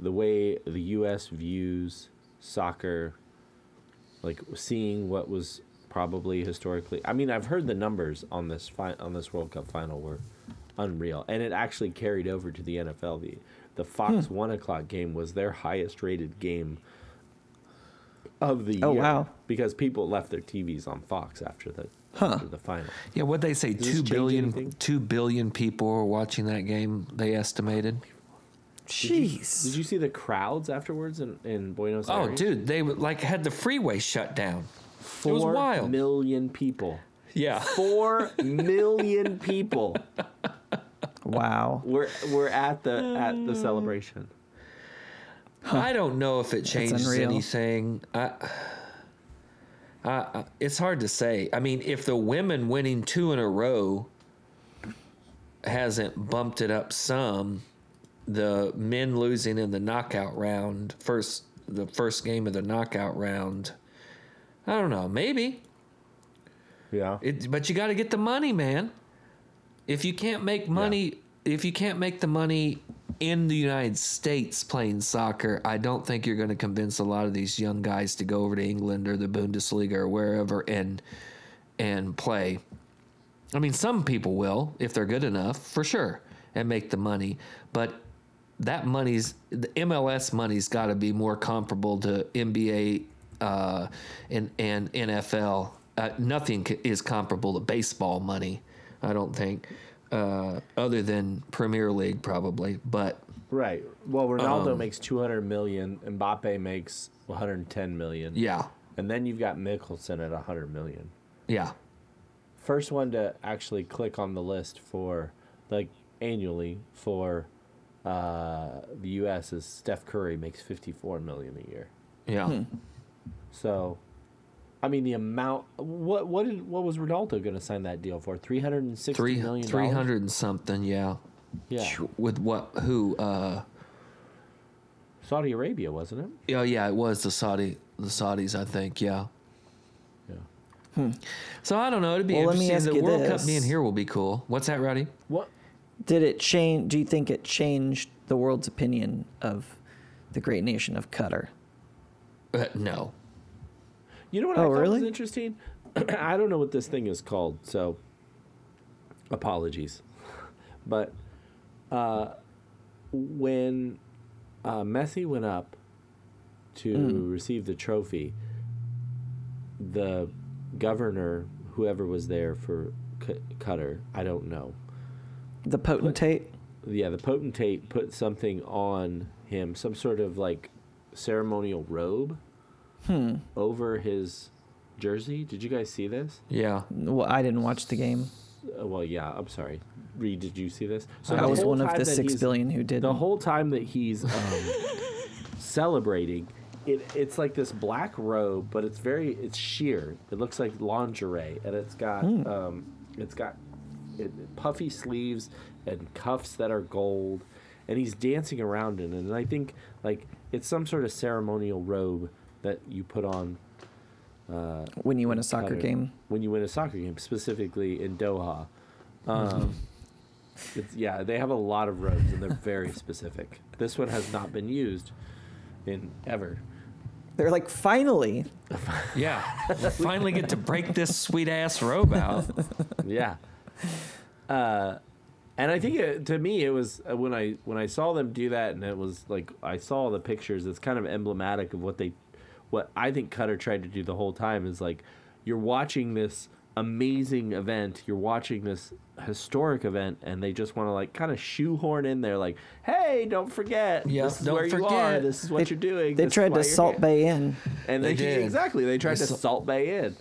Speaker 1: The way the U.S. views soccer, like seeing what was probably historically. I mean, I've heard the numbers on this fi- on this World Cup final were unreal, and it actually carried over to the NFL. The the Fox
Speaker 3: Hmm.
Speaker 1: one o'clock game was their highest rated game of the
Speaker 3: Oh,
Speaker 1: year.
Speaker 3: wow.
Speaker 1: Because people left their TVs on Fox after the after the final.
Speaker 2: Yeah, what they say
Speaker 1: this
Speaker 2: two
Speaker 1: change
Speaker 2: billion
Speaker 1: anything?
Speaker 2: two billion people were watching that game. They estimated.
Speaker 1: Did
Speaker 3: Jeez.
Speaker 1: you see the crowds afterwards in, in Buenos
Speaker 2: Oh,
Speaker 1: Aires?
Speaker 2: dude, they were- like had the freeway shut down.
Speaker 1: Four
Speaker 2: was wild.
Speaker 1: million people.
Speaker 2: Yeah,
Speaker 1: Four million people
Speaker 3: Wow.
Speaker 1: were were at the at the celebration.
Speaker 2: I don't know if it changes
Speaker 3: unreal.
Speaker 2: anything. I, I, I, it's hard to say. I mean, if the women winning two in a row hasn't bumped it up some, the men losing in the knockout round first, the first game of the knockout round. I don't know. Maybe
Speaker 1: Yeah.
Speaker 2: It, but you got to get the money, man. If you can't make money, if you can't make the money in the United States playing soccer, I don't think you're going to convince a lot of these young guys to go over to England or the Bundesliga or wherever and and play. I mean, some people will if they're good enough, for sure, and make the money, but that money's the MLS money's got to be more comparable to NBA uh, and and NFL. Uh, nothing c- is comparable to baseball money, I don't think, uh, other than Premier League probably. But
Speaker 1: Right. Well, Ronaldo
Speaker 2: Um,
Speaker 1: makes 200 million, Mbappe makes 110 million.
Speaker 2: yeah,
Speaker 1: And then you've got Mickelson at 100 million.
Speaker 2: yeah,
Speaker 1: First one to actually click on the list for, like, annually for uh, the U.S. is Steph Curry makes 54 million a year.
Speaker 2: yeah.
Speaker 1: Hmm. So, I mean, the amount. What what did what was Ronaldo going to sign that deal for? Three hundred and sixty
Speaker 2: Three
Speaker 1: million.
Speaker 2: three hundred and something. Yeah.
Speaker 1: Yeah.
Speaker 2: With what? Who? Uh,
Speaker 1: Saudi Arabia, wasn't it?
Speaker 2: Oh yeah, it was the Saudi the Saudis, I think. Yeah.
Speaker 1: Yeah.
Speaker 2: So I don't know. It'd be
Speaker 3: Hmm. Well, let me
Speaker 2: interesting.
Speaker 3: ask
Speaker 2: The
Speaker 3: you
Speaker 2: World
Speaker 3: this.
Speaker 2: Cup being here will be cool. What's that, Roddy?
Speaker 1: What?
Speaker 3: Did it change? Do you think it changed the world's opinion of the great nation of Qatar?
Speaker 2: Uh, no.
Speaker 1: You know what I
Speaker 3: Oh,
Speaker 1: thought was
Speaker 3: really?
Speaker 1: interesting? I don't know what this thing is called, so apologies. But uh, when uh, Messi went up to
Speaker 3: Hmm.
Speaker 1: receive the trophy, the governor, whoever was there for Q- Qatar, I don't know,
Speaker 3: The potentate.
Speaker 1: yeah, the potentate put something on him, some sort of like ceremonial robe
Speaker 3: Hmm.
Speaker 1: over his jersey. Did you guys see this?
Speaker 2: Yeah.
Speaker 3: Well, I didn't watch the game.
Speaker 1: Uh, well, yeah, I'm sorry. Reed, did you see this? So
Speaker 3: I
Speaker 1: the
Speaker 3: was
Speaker 1: whole
Speaker 3: one of
Speaker 1: time
Speaker 3: the
Speaker 1: that
Speaker 3: six
Speaker 1: he's-
Speaker 3: billion who did.
Speaker 1: The whole time that he's um, celebrating, it, it's like this black robe, but it's very it's sheer. It looks like lingerie, and it's got um, it's got it, puffy sleeves and cuffs that are gold, and he's dancing around in it. And I think like it's some sort of ceremonial robe that you put on
Speaker 3: when you win a soccer
Speaker 1: Qatar
Speaker 3: game.
Speaker 1: when you win a soccer game, specifically in Doha. Um, it's, yeah, they have a lot of robes and they're very specific. This one has not been used in ever.
Speaker 3: They're like, finally,
Speaker 2: Yeah. We finally get to break this sweet ass robe out.
Speaker 1: Yeah. Uh, and I think it, to me it was uh, when I when I saw them do that and it was like I saw the pictures. It's kind of emblematic of what they, what I think Cutter tried to do the whole time is like, you're watching this amazing event, you're watching this historic event, and they just want to like kind of shoehorn in there like, hey, don't forget,
Speaker 2: Yeah,
Speaker 1: this is
Speaker 2: don't
Speaker 1: where you are,
Speaker 2: forget."
Speaker 1: this is what
Speaker 3: They-
Speaker 1: you're doing.
Speaker 3: they
Speaker 1: this is
Speaker 3: tried
Speaker 1: why
Speaker 3: to
Speaker 1: you're
Speaker 3: Salt
Speaker 1: here."
Speaker 3: Bay in.
Speaker 1: and
Speaker 2: They
Speaker 1: they,
Speaker 2: did.
Speaker 1: exactly they tried to
Speaker 2: sal-
Speaker 1: salt bay in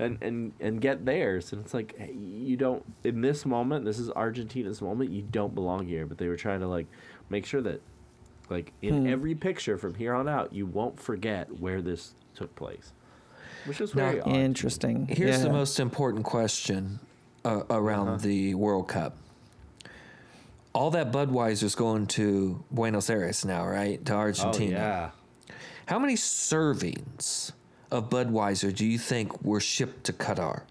Speaker 1: and and and get theirs and it's like hey, you don't in this moment this is argentina's moment you don't belong here but they were trying to like make sure that like in every picture from here on out you won't forget where this took place which is
Speaker 2: Now-
Speaker 1: very odd.
Speaker 3: Interesting.
Speaker 2: Here's the
Speaker 3: Yeah.
Speaker 2: most important question uh, around the World Cup. All that Budweiser's going to Buenos Aires now, right? To
Speaker 1: oh
Speaker 2: Argentina.
Speaker 1: yeah
Speaker 2: How many servings of Budweiser do you think were shipped to Qatar?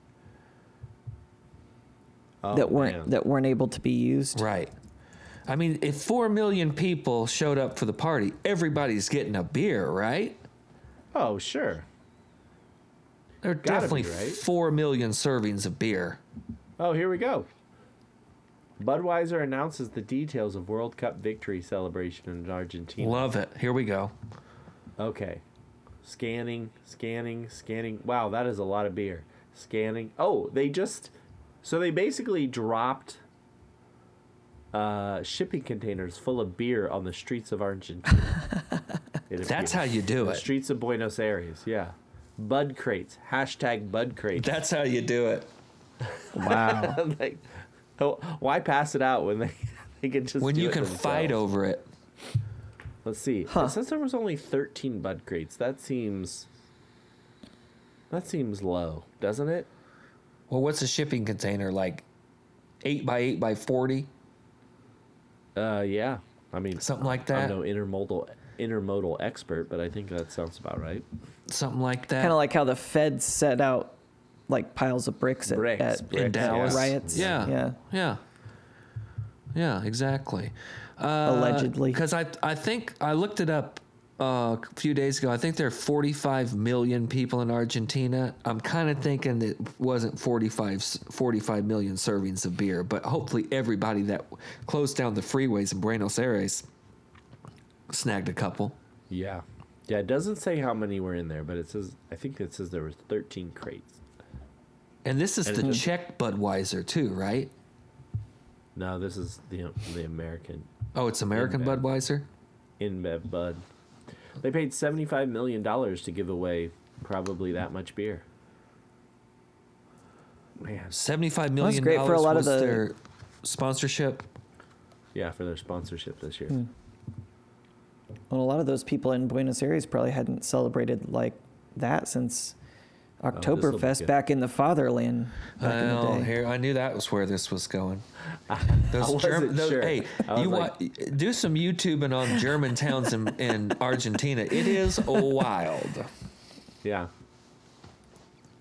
Speaker 1: Oh,
Speaker 3: that weren't
Speaker 1: man.
Speaker 3: that weren't able to be used.
Speaker 2: Right. I mean, if four million people showed up for the party, everybody's getting a beer, right?
Speaker 1: oh sure
Speaker 2: There are
Speaker 1: Gotta be,
Speaker 2: definitely
Speaker 1: right?
Speaker 2: four million servings of beer.
Speaker 1: oh here we go budweiser announces the details of world cup victory celebration in argentina
Speaker 2: Love it. Here we go.
Speaker 1: Okay. Scanning, scanning, scanning. Wow, that is a lot of beer. Scanning. Oh, they just so they basically dropped uh, shipping containers full of beer on the streets of Argentina. It
Speaker 2: That's
Speaker 1: appears.
Speaker 2: how you do
Speaker 1: the
Speaker 2: it.
Speaker 1: streets of Buenos Aires. Yeah, bud crates. Hashtag bud crates.
Speaker 2: That's how you do it.
Speaker 3: Wow.
Speaker 1: like, oh, why pass it out when they they can just
Speaker 2: When
Speaker 1: do
Speaker 2: you
Speaker 1: it
Speaker 2: can fight
Speaker 1: themselves?
Speaker 2: over it.
Speaker 1: Let's see. It says there was only 13 bud crates. That seems that seems low, doesn't it?
Speaker 2: Well, what's a shipping container like? Eight by eight by forty,
Speaker 1: Uh, yeah. I mean,
Speaker 2: something like
Speaker 1: I'm
Speaker 2: that.
Speaker 1: no intermodal intermodal expert, but I think that sounds about right.
Speaker 2: Something like that.
Speaker 3: kind of like how the Feds set out like piles of bricks at,
Speaker 1: Bricks,
Speaker 3: at
Speaker 1: bricks,
Speaker 2: in Dallas
Speaker 1: yeah.
Speaker 3: riots.
Speaker 2: Yeah,
Speaker 3: Yeah.
Speaker 2: yeah, yeah, exactly.
Speaker 3: Allegedly.
Speaker 2: Because I, I think I looked it up uh, a few days ago. I think there are 45 million people in Argentina. I'm kind of thinking that it wasn't 45, 45 million servings of beer, but hopefully everybody that closed down the freeways in Buenos Aires snagged a couple.
Speaker 1: Yeah. Yeah, it doesn't say how many were in there, but it says I think it says there was 13 crates.
Speaker 2: And this is the Czech Budweiser too, right?
Speaker 1: No, this is the the American
Speaker 2: Oh, it's American
Speaker 1: Inbev.
Speaker 2: Budweiser.
Speaker 1: InBev Bud. They paid 75 million dollars to give away probably that much beer. Man,
Speaker 2: Seventy-five million
Speaker 3: great
Speaker 2: dollars
Speaker 3: for a lot of
Speaker 2: was
Speaker 3: the-
Speaker 2: their sponsorship.
Speaker 1: yeah, for their sponsorship this
Speaker 3: Hmm.
Speaker 1: year.
Speaker 3: Well, a lot of those people in Buenos Aires probably hadn't celebrated like that since
Speaker 1: this'll be
Speaker 3: Oktoberfest
Speaker 1: good.
Speaker 3: back in the fatherland. Back
Speaker 2: Well,
Speaker 3: in the day.
Speaker 2: here I knew that was where this was going. Those
Speaker 1: wasn't
Speaker 2: those-
Speaker 1: sure.
Speaker 2: Hey,
Speaker 1: I was
Speaker 2: you
Speaker 1: like-
Speaker 2: wa- do some YouTubing on German towns in, in Argentina. It is wild.
Speaker 1: Yeah.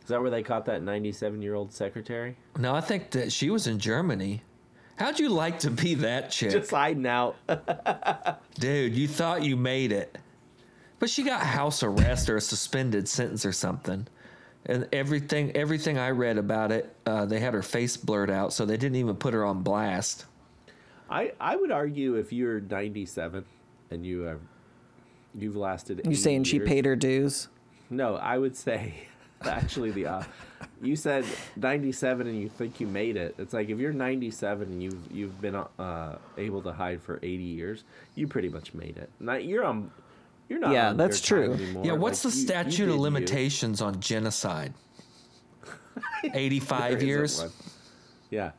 Speaker 1: Is that where they caught that 97-year-old secretary?
Speaker 2: No, I think that she was in Germany. How'd you like to be that chick,
Speaker 1: Just hiding out.
Speaker 2: dude? You thought you made it, but she got house arrest or a suspended sentence or something. And everything, everything I read about it, uh, they had her face blurred out, so they didn't even put her on blast.
Speaker 1: I I would argue if you're 97 and you have you've lasted
Speaker 3: You
Speaker 1: eight
Speaker 3: saying she
Speaker 1: years-
Speaker 3: paid her dues?
Speaker 1: No, I would say actually the uh, you said 97 and you think you made it. It's like if you're 97 and you've you've been uh, able to hide for 80 years, you pretty much made it. Not you're on you're not
Speaker 3: Yeah,
Speaker 1: on
Speaker 3: that's
Speaker 1: your time
Speaker 3: true.
Speaker 1: anymore.
Speaker 2: Yeah, what's
Speaker 1: Like,
Speaker 2: the
Speaker 1: you- you
Speaker 2: statute
Speaker 1: did
Speaker 2: of
Speaker 1: you.
Speaker 2: limitations on genocide?
Speaker 1: There
Speaker 2: 85
Speaker 1: isn't
Speaker 2: years?
Speaker 1: one. Yeah.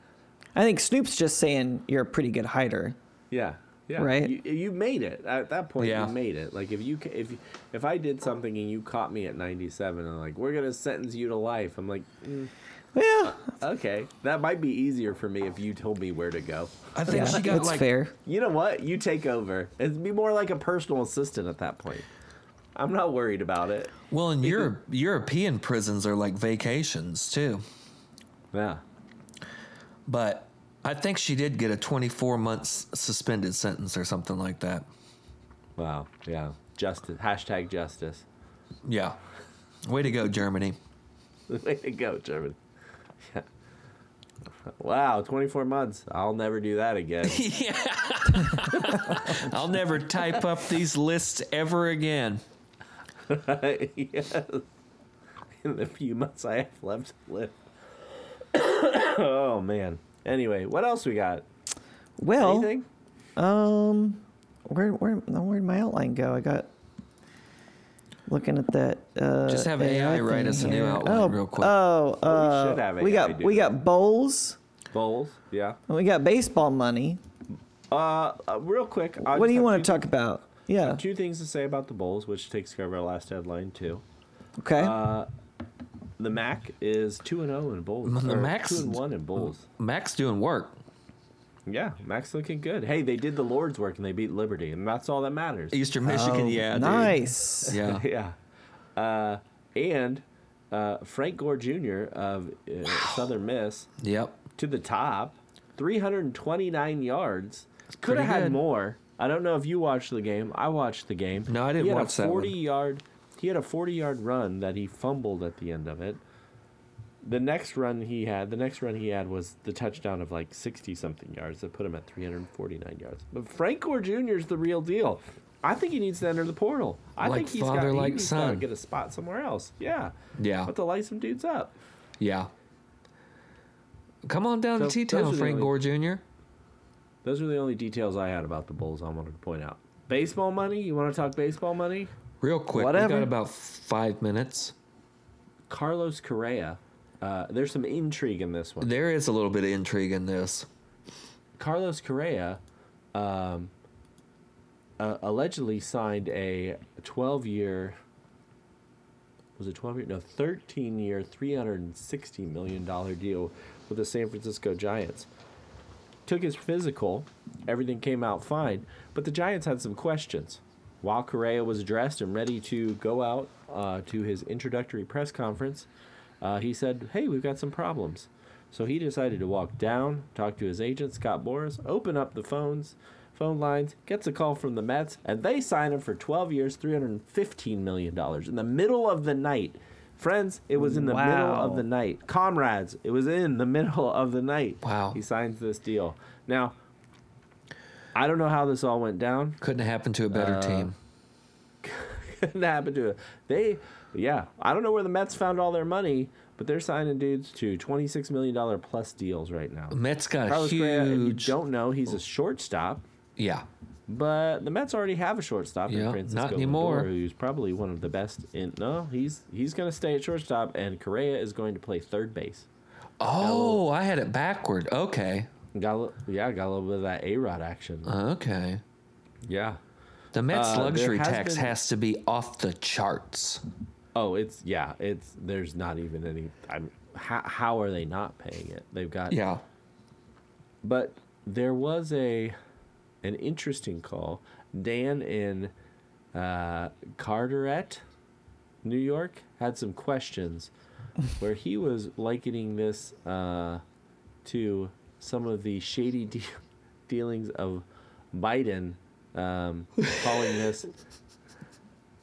Speaker 3: I think Snoop's just saying you're a pretty good hider.
Speaker 1: Yeah. Yeah.
Speaker 3: Right?
Speaker 1: You, you made it at that point.
Speaker 2: Yeah.
Speaker 1: You made it. Like if you ca- if you- if I did something and you caught me at ninety seven and like we're gonna sentence you to life, I'm like, mm,
Speaker 3: Well,
Speaker 1: okay, that might be easier for me if you told me where to go.
Speaker 2: I think she got
Speaker 3: that's
Speaker 2: like
Speaker 3: fair.
Speaker 1: You know what? You take over. It'd be more like a personal assistant at that point. I'm not worried about it.
Speaker 2: Well, in Europe, European prisons are like vacations too.
Speaker 1: Yeah.
Speaker 2: But I think she did get a 24 months suspended sentence or something like that.
Speaker 1: Wow. Yeah. Justice. Hashtag justice.
Speaker 2: Yeah. Way to go, Germany.
Speaker 1: Way to go, German. Yeah. Wow. 24 months. I'll never do that again.
Speaker 2: I'll never type up these lists ever again.
Speaker 1: yes. In the few months I have left to live. oh man. Anyway, what else we got?
Speaker 3: Well,
Speaker 1: Anything?
Speaker 3: um, where where where did my outline go? I got looking at that. Uh,
Speaker 2: Just have AI
Speaker 3: thing
Speaker 2: write us a new
Speaker 3: here.
Speaker 2: outline
Speaker 3: oh,
Speaker 2: real quick.
Speaker 3: Oh, uh,
Speaker 1: should have
Speaker 3: we
Speaker 1: AI
Speaker 3: got
Speaker 1: do
Speaker 3: we
Speaker 1: that.
Speaker 3: got bowls.
Speaker 1: Bowls. Yeah.
Speaker 3: and we got baseball money.
Speaker 1: Uh, uh, real quick. I
Speaker 3: what
Speaker 1: just
Speaker 3: do you
Speaker 1: have
Speaker 3: want to
Speaker 1: two-
Speaker 3: talk about? Yeah.
Speaker 1: Two things to say about the bowls, which takes care of our last headline too.
Speaker 3: Okay.
Speaker 1: Um, The Mac is two and zero in bowls.
Speaker 2: The
Speaker 1: or
Speaker 2: Mac's-
Speaker 1: two and one in bowls.
Speaker 2: Mac's doing work.
Speaker 1: Yeah, Mac's looking good. Hey, they did the Lord's work and they beat Liberty, and that's all that matters.
Speaker 2: Eastern Michigan,
Speaker 3: Oh,
Speaker 2: yeah. dude.
Speaker 3: Nice.
Speaker 2: Yeah.
Speaker 1: yeah. Uh, and uh, Frank Gore Jr. of uh, Southern Miss
Speaker 2: Yep.
Speaker 1: to the top, 329 yards. Could
Speaker 2: pretty
Speaker 1: have had
Speaker 2: good.
Speaker 1: more. I don't know if you watched the game. I watched the game.
Speaker 2: No, I didn't
Speaker 1: he had
Speaker 2: watch
Speaker 1: a
Speaker 2: that one.
Speaker 1: 40 yard. He had a 40 yard run that he fumbled at the end of it. The next run he had, the next run he had was the touchdown of like 60 something yards that put him at 349 yards. But Frank Gore Jr. is the real deal. I think he needs to enter the portal. I
Speaker 2: Like
Speaker 1: think he's got
Speaker 2: father,
Speaker 1: he
Speaker 2: like
Speaker 1: needs to
Speaker 2: son.
Speaker 1: get a spot somewhere else. Yeah.
Speaker 2: Yeah.
Speaker 1: But to light some dudes up.
Speaker 2: Yeah. Come on down
Speaker 1: So,
Speaker 2: to T
Speaker 1: those
Speaker 2: Town,
Speaker 1: are the
Speaker 2: Frank
Speaker 1: only-
Speaker 2: Gore Jr.
Speaker 1: Those are the only details I had about the Bulls I wanted to point out. Baseball money? You want to talk baseball money?
Speaker 2: Real quick, we
Speaker 3: Whatever.
Speaker 2: got about five minutes.
Speaker 1: Carlos Correa. Uh, there's some intrigue in this one.
Speaker 2: There is a little bit of intrigue in this.
Speaker 1: Carlos Correa um, uh, allegedly signed a 12 year, was it 12 year? No, 13 year, $360 million deal with the San Francisco Giants. Took his physical, everything came out fine, but the Giants had some questions. While Correa was dressed and ready to go out uh, to his introductory press conference, uh, he said, Hey, we've got some problems. So he decided to walk down, talk to his agent, Scott Boras, open up the phones, phone lines, gets a call from the Mets, and they sign him for 12 years, $315 million in the middle of the night. Friends, it was in the middle
Speaker 3: Wow.
Speaker 1: of the night. Comrades, it was in the middle of the night.
Speaker 2: Wow.
Speaker 1: He signs this deal. Now, I don't know how this all went down.
Speaker 2: Couldn't happen to a better
Speaker 1: Uh,
Speaker 2: team.
Speaker 1: Couldn't happen to it. They, yeah, I don't know where the Mets found all their money, but they're signing dudes to $26 million plus deals right now.
Speaker 2: Mets got a
Speaker 1: Carlos Correa, if you
Speaker 2: huge.
Speaker 1: don't know, he's a shortstop.
Speaker 2: Yeah.
Speaker 1: But the Mets already have a shortstop
Speaker 2: Yeah,
Speaker 1: in
Speaker 2: not
Speaker 1: Francisco Lindor,
Speaker 2: anymore.
Speaker 1: who's probably one of the best in no, he's he's gonna stay at shortstop and Correa is going to play third base.
Speaker 2: Oh, I had it backward. Okay.
Speaker 1: Got a, li- yeah, got a little bit of that A Rod action.
Speaker 2: Okay.
Speaker 1: yeah.
Speaker 2: The Mets
Speaker 1: Uh, there
Speaker 2: luxury
Speaker 1: has
Speaker 2: tax
Speaker 1: been-
Speaker 2: has to be off the charts.
Speaker 1: Oh, it's yeah, it's there's not even any I'm how, how are they not paying it? They've got
Speaker 2: Yeah.
Speaker 1: But there was a an interesting call. Dan in uh, Carteret, New York, had some questions where he was likening this uh, to some of the shady de- dealings of Biden, um, calling this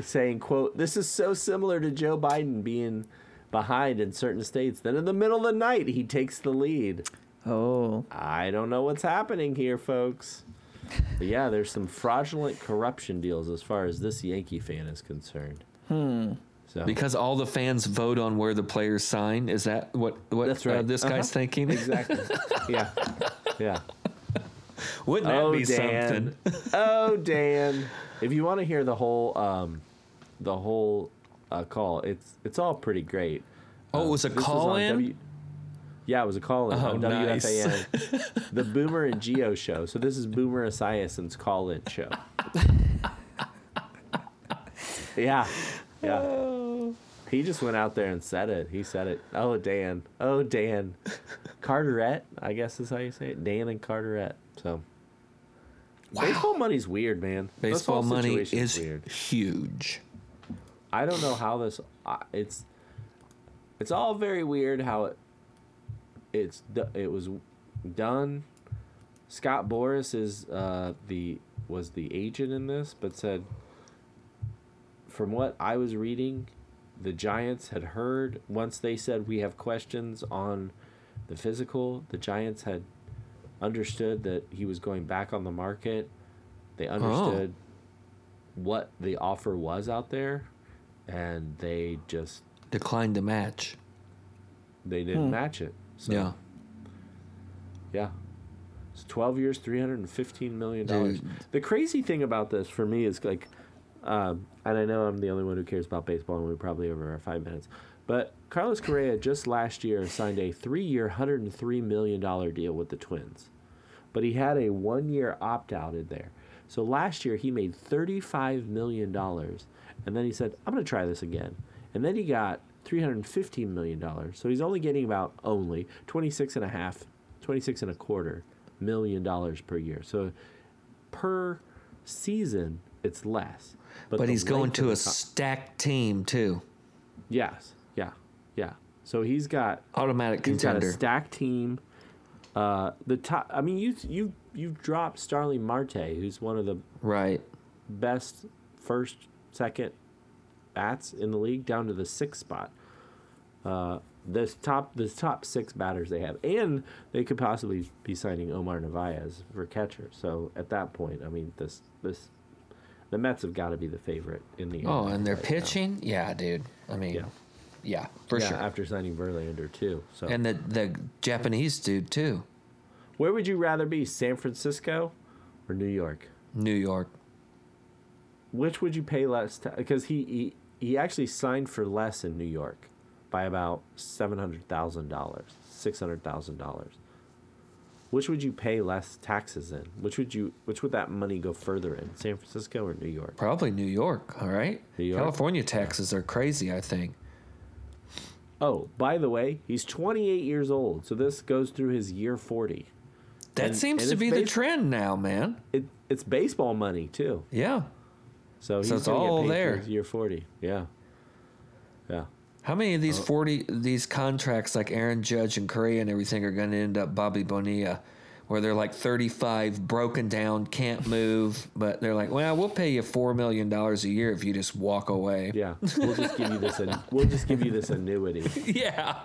Speaker 1: saying quote this is so similar to joe biden being behind in certain states then in the middle of the night he takes the lead
Speaker 3: Oh,
Speaker 1: I don't know what's happening here, folks. But yeah, there's some fraudulent corruption deals as far as this Yankee fan is concerned. Hmm. So
Speaker 2: Because all the fans vote on where the players sign. Is that what, what
Speaker 1: That's
Speaker 2: uh,
Speaker 1: right. Uh-huh.
Speaker 2: this guy's thinking?
Speaker 1: exactly, yeah, yeah.
Speaker 2: Wouldn't that
Speaker 1: Oh,
Speaker 2: be
Speaker 1: Dan.
Speaker 2: something?
Speaker 1: oh, Dan. If you want to hear the whole, um, the whole uh, call, it's it's all pretty great.
Speaker 2: Oh, it was a
Speaker 1: This is on
Speaker 2: call in?
Speaker 1: W- yeah, it was a call in
Speaker 2: Oh,
Speaker 1: on
Speaker 2: nice.
Speaker 1: WFAN. the Boomer and Geo show. So this is Boomer Esiason's call in show. yeah. Yeah.
Speaker 2: Oh.
Speaker 1: He just went out there and said it. He said it. Oh, Dan. Oh, Dan. Carteret, I guess is how you say it. Dan and Carteret. So. Baseball money's weird, man. This
Speaker 2: Baseball
Speaker 1: whole
Speaker 2: money
Speaker 1: situation's
Speaker 2: is huge.
Speaker 1: I don't know how this. I- It's it's all very weird how it it's d- it was done. Scott Boris is uh, the was the agent in this, but said from what I was reading, the Giants had heard once they said we have questions on the physical. The Giants had understood that he was going back on the market. They understood what the offer was out there, and they just
Speaker 2: Declined to match.
Speaker 1: they didn't match it. So,
Speaker 2: Yeah.
Speaker 1: yeah. It's 12 years, 315 million dollars.
Speaker 2: Dude.
Speaker 1: The crazy thing about this for me is like um, and I know I'm the only one who cares about baseball and we probably over our 5 minutes. But Carlos Correa just last year signed a 3-year, 103 million dollar deal with the Twins. But he had a 1-year opt-out in there. So last year he made 35 million dollars and then he said, "I'm going to try this again." And then he got 315 million dollars. So he's only getting about only 26 and a half 26 and a quarter million dollars per year. So per season, it's less.
Speaker 2: But
Speaker 1: the
Speaker 2: he's going
Speaker 1: length of
Speaker 2: to a
Speaker 1: the con-
Speaker 2: stacked team, too.
Speaker 1: yes, yeah, yeah. So he's got
Speaker 2: Automatic
Speaker 1: he's got a
Speaker 2: contender.
Speaker 1: stacked team. Uh, the top. I mean, you you you've dropped Starling Marte, who's one of the
Speaker 2: right.
Speaker 1: best first, second bats in the league down to the sixth spot. Uh, this top, this top six batters they have, and they could possibly be signing Omar Narvaez for catcher. So at that point, I mean, this this the Mets have got to be the favorite in the
Speaker 2: Oh,
Speaker 1: NL
Speaker 2: and they're
Speaker 1: right now.
Speaker 2: pitching? Yeah, dude. I mean, yeah,
Speaker 1: Yeah.
Speaker 2: for
Speaker 1: yeah,
Speaker 2: sure.
Speaker 1: after signing Verlander too. So
Speaker 2: and the, the Japanese dude, too.
Speaker 1: where would you rather be, San Francisco or New York?
Speaker 2: New York.
Speaker 1: Which would you pay less? Because he, he he actually signed for less in New York, by about seven hundred thousand dollars, six hundred thousand dollars. Which would you pay less taxes in? Which would you? Which would that money go further in? San Francisco or New York?
Speaker 2: Probably New York, all right?
Speaker 1: New York.
Speaker 2: California taxes are crazy, I think.
Speaker 1: Oh, by the way, he's twenty eight years old, so this goes through his year forty.
Speaker 2: That
Speaker 1: And-
Speaker 2: seems
Speaker 1: and
Speaker 2: to
Speaker 1: it's
Speaker 2: be the
Speaker 1: basi-
Speaker 2: trend now, man.
Speaker 1: It, it's baseball money too,
Speaker 2: Yeah.
Speaker 1: so he's
Speaker 2: it's
Speaker 1: gonna get
Speaker 2: all
Speaker 1: paid through
Speaker 2: there.
Speaker 1: his Year forty, yeah, yeah.
Speaker 2: How many of these
Speaker 1: Oh.
Speaker 2: 40 these contracts like Aaron Judge and Correa and everything are going to end up Bobby Bonilla where they're like 35, broken down, can't move, but they're like, well, we'll pay you $4 million a year if you just walk away.
Speaker 1: Yeah, we'll just give you this. An, we'll just give you this annuity.
Speaker 2: Yeah.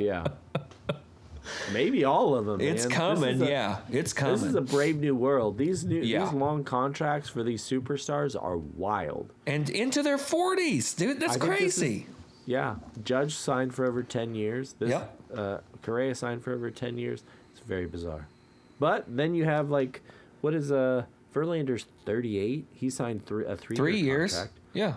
Speaker 1: Yeah, maybe all of them.
Speaker 2: It's
Speaker 1: man. This
Speaker 2: coming.
Speaker 1: is a-
Speaker 2: yeah.
Speaker 1: this
Speaker 2: It's coming.
Speaker 1: is a brave new world. These new
Speaker 2: Yeah.
Speaker 1: these long contracts for these superstars are wild.
Speaker 2: and into their 40s, dude. That's
Speaker 1: I think this is-
Speaker 2: crazy.
Speaker 1: Yeah, Judge signed for over ten years. This,
Speaker 2: Yep.
Speaker 1: Uh, Correa signed for over ten years. It's very bizarre. But then you have like, what is uh Verlander's thirty eight? He signed three a three
Speaker 2: Three years.
Speaker 1: Contract.
Speaker 2: Yeah.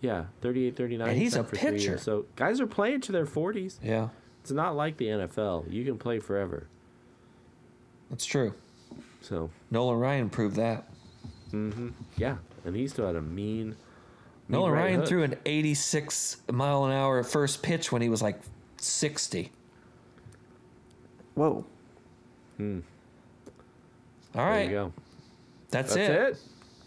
Speaker 1: Yeah, 38, 39.
Speaker 2: And
Speaker 1: he
Speaker 2: he's
Speaker 1: signed
Speaker 2: a
Speaker 1: for three years.
Speaker 2: pitcher.
Speaker 1: So guys are playing to their forties.
Speaker 2: Yeah.
Speaker 1: It's not like the NFL. You can play forever.
Speaker 2: That's true.
Speaker 1: So
Speaker 2: Nolan Ryan proved that.
Speaker 1: yeah, and he still had a mean.
Speaker 2: Nolan
Speaker 1: right
Speaker 2: Ryan
Speaker 1: hook.
Speaker 2: threw an 86 mile an hour first pitch when he was like 60.
Speaker 3: Whoa.
Speaker 1: There
Speaker 2: All right.
Speaker 1: you go.
Speaker 2: That's,
Speaker 1: That's
Speaker 2: it.
Speaker 1: it.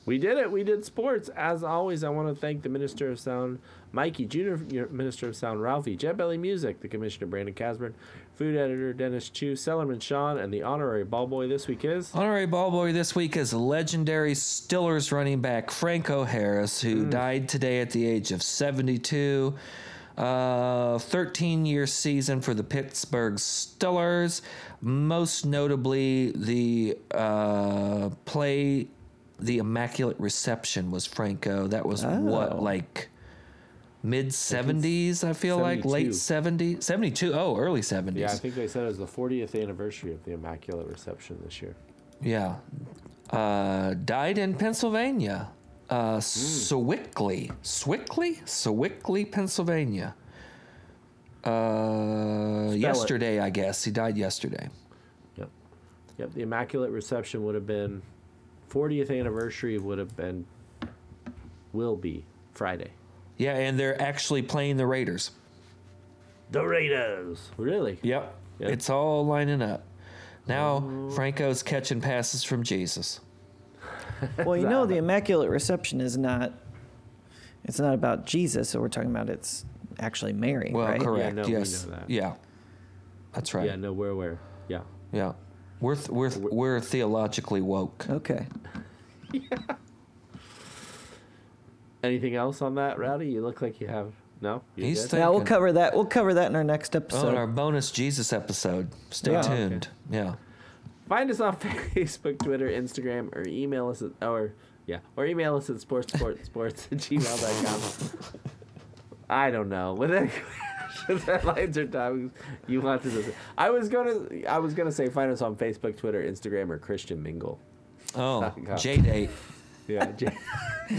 Speaker 1: We did it. We did sports. As always, I want to thank the Minister of Sound, Mikey, Junior your Minister of Sound, Ralphie, Jetbelly Music, the Commissioner, Brandon Casburn, Food Editor, Dennis Chu, Sellerman Sean, and the Honorary Ball Boy this week is.
Speaker 2: Honorary ball boy this week is legendary Stillers running back Franco Harris,
Speaker 1: Hmm.
Speaker 2: who died today at the age of 72. Uh, 13 year season for the Pittsburgh Stillers, most notably the uh, play, The Immaculate Reception was Franco. That was
Speaker 3: Oh.
Speaker 2: what, like mid 70s, I feel like? Late 70s? 72. Oh, early 70s.
Speaker 1: Yeah, I think they said it was the 40th anniversary of the Immaculate Reception this year.
Speaker 2: Yeah. Uh, died in Pennsylvania. Uh, Sewickley. Swickley? Sewickley, Pennsylvania. Uh, yesterday, I guess. He died yesterday.
Speaker 1: Yep. Yep. The Immaculate Reception would have been 40th anniversary would have been will be Friday.
Speaker 2: Yeah, and they're actually playing the Raiders.
Speaker 1: The Raiders. Really?
Speaker 2: Yep.
Speaker 1: Yeah.
Speaker 2: It's all lining up. Now,
Speaker 1: Oh.
Speaker 2: Franco's catching passes from Jesus.
Speaker 3: Well, you know, the Immaculate Reception is not. It's not about Jesus that we're talking about. It's actually Mary,
Speaker 2: Well,
Speaker 3: right?
Speaker 2: correct.
Speaker 1: no, we
Speaker 2: yes.
Speaker 1: know that.
Speaker 2: Yeah. That's right.
Speaker 1: Yeah, no, we're aware. Yeah.
Speaker 2: yeah. We're, th- we're, th- we're theologically woke.
Speaker 3: Okay.
Speaker 1: Anything else on that, Rowdy? You look like you have. No? You
Speaker 2: He's
Speaker 1: good?
Speaker 2: th-
Speaker 3: Yeah, we'll
Speaker 2: Thinking.
Speaker 3: cover that. We'll cover that in our next
Speaker 2: Oh,
Speaker 3: episode.
Speaker 2: and our bonus Jesus episode. Stay
Speaker 3: Yeah.
Speaker 2: tuned. Yeah.
Speaker 1: Find us on Facebook, Twitter, Instagram, or email us at. Or, yeah. Or email us at sports, sports, sports at gmail.com. I don't know. With any questions, headlines, or topics you want to listen. I was going to I was gonna say find us on Facebook, Twitter, Instagram, or Christian Mingle.
Speaker 2: Oh,
Speaker 1: God.
Speaker 2: J date.
Speaker 1: Yeah, J-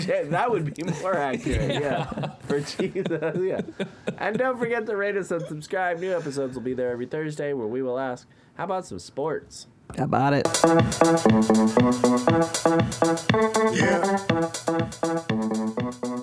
Speaker 1: J- that would be more accurate. Yeah. for Jesus. Yeah, and don't forget to rate us and subscribe. New episodes will be there every Thursday, where we will ask, "How about some sports?"
Speaker 3: How about it?
Speaker 4: Yeah.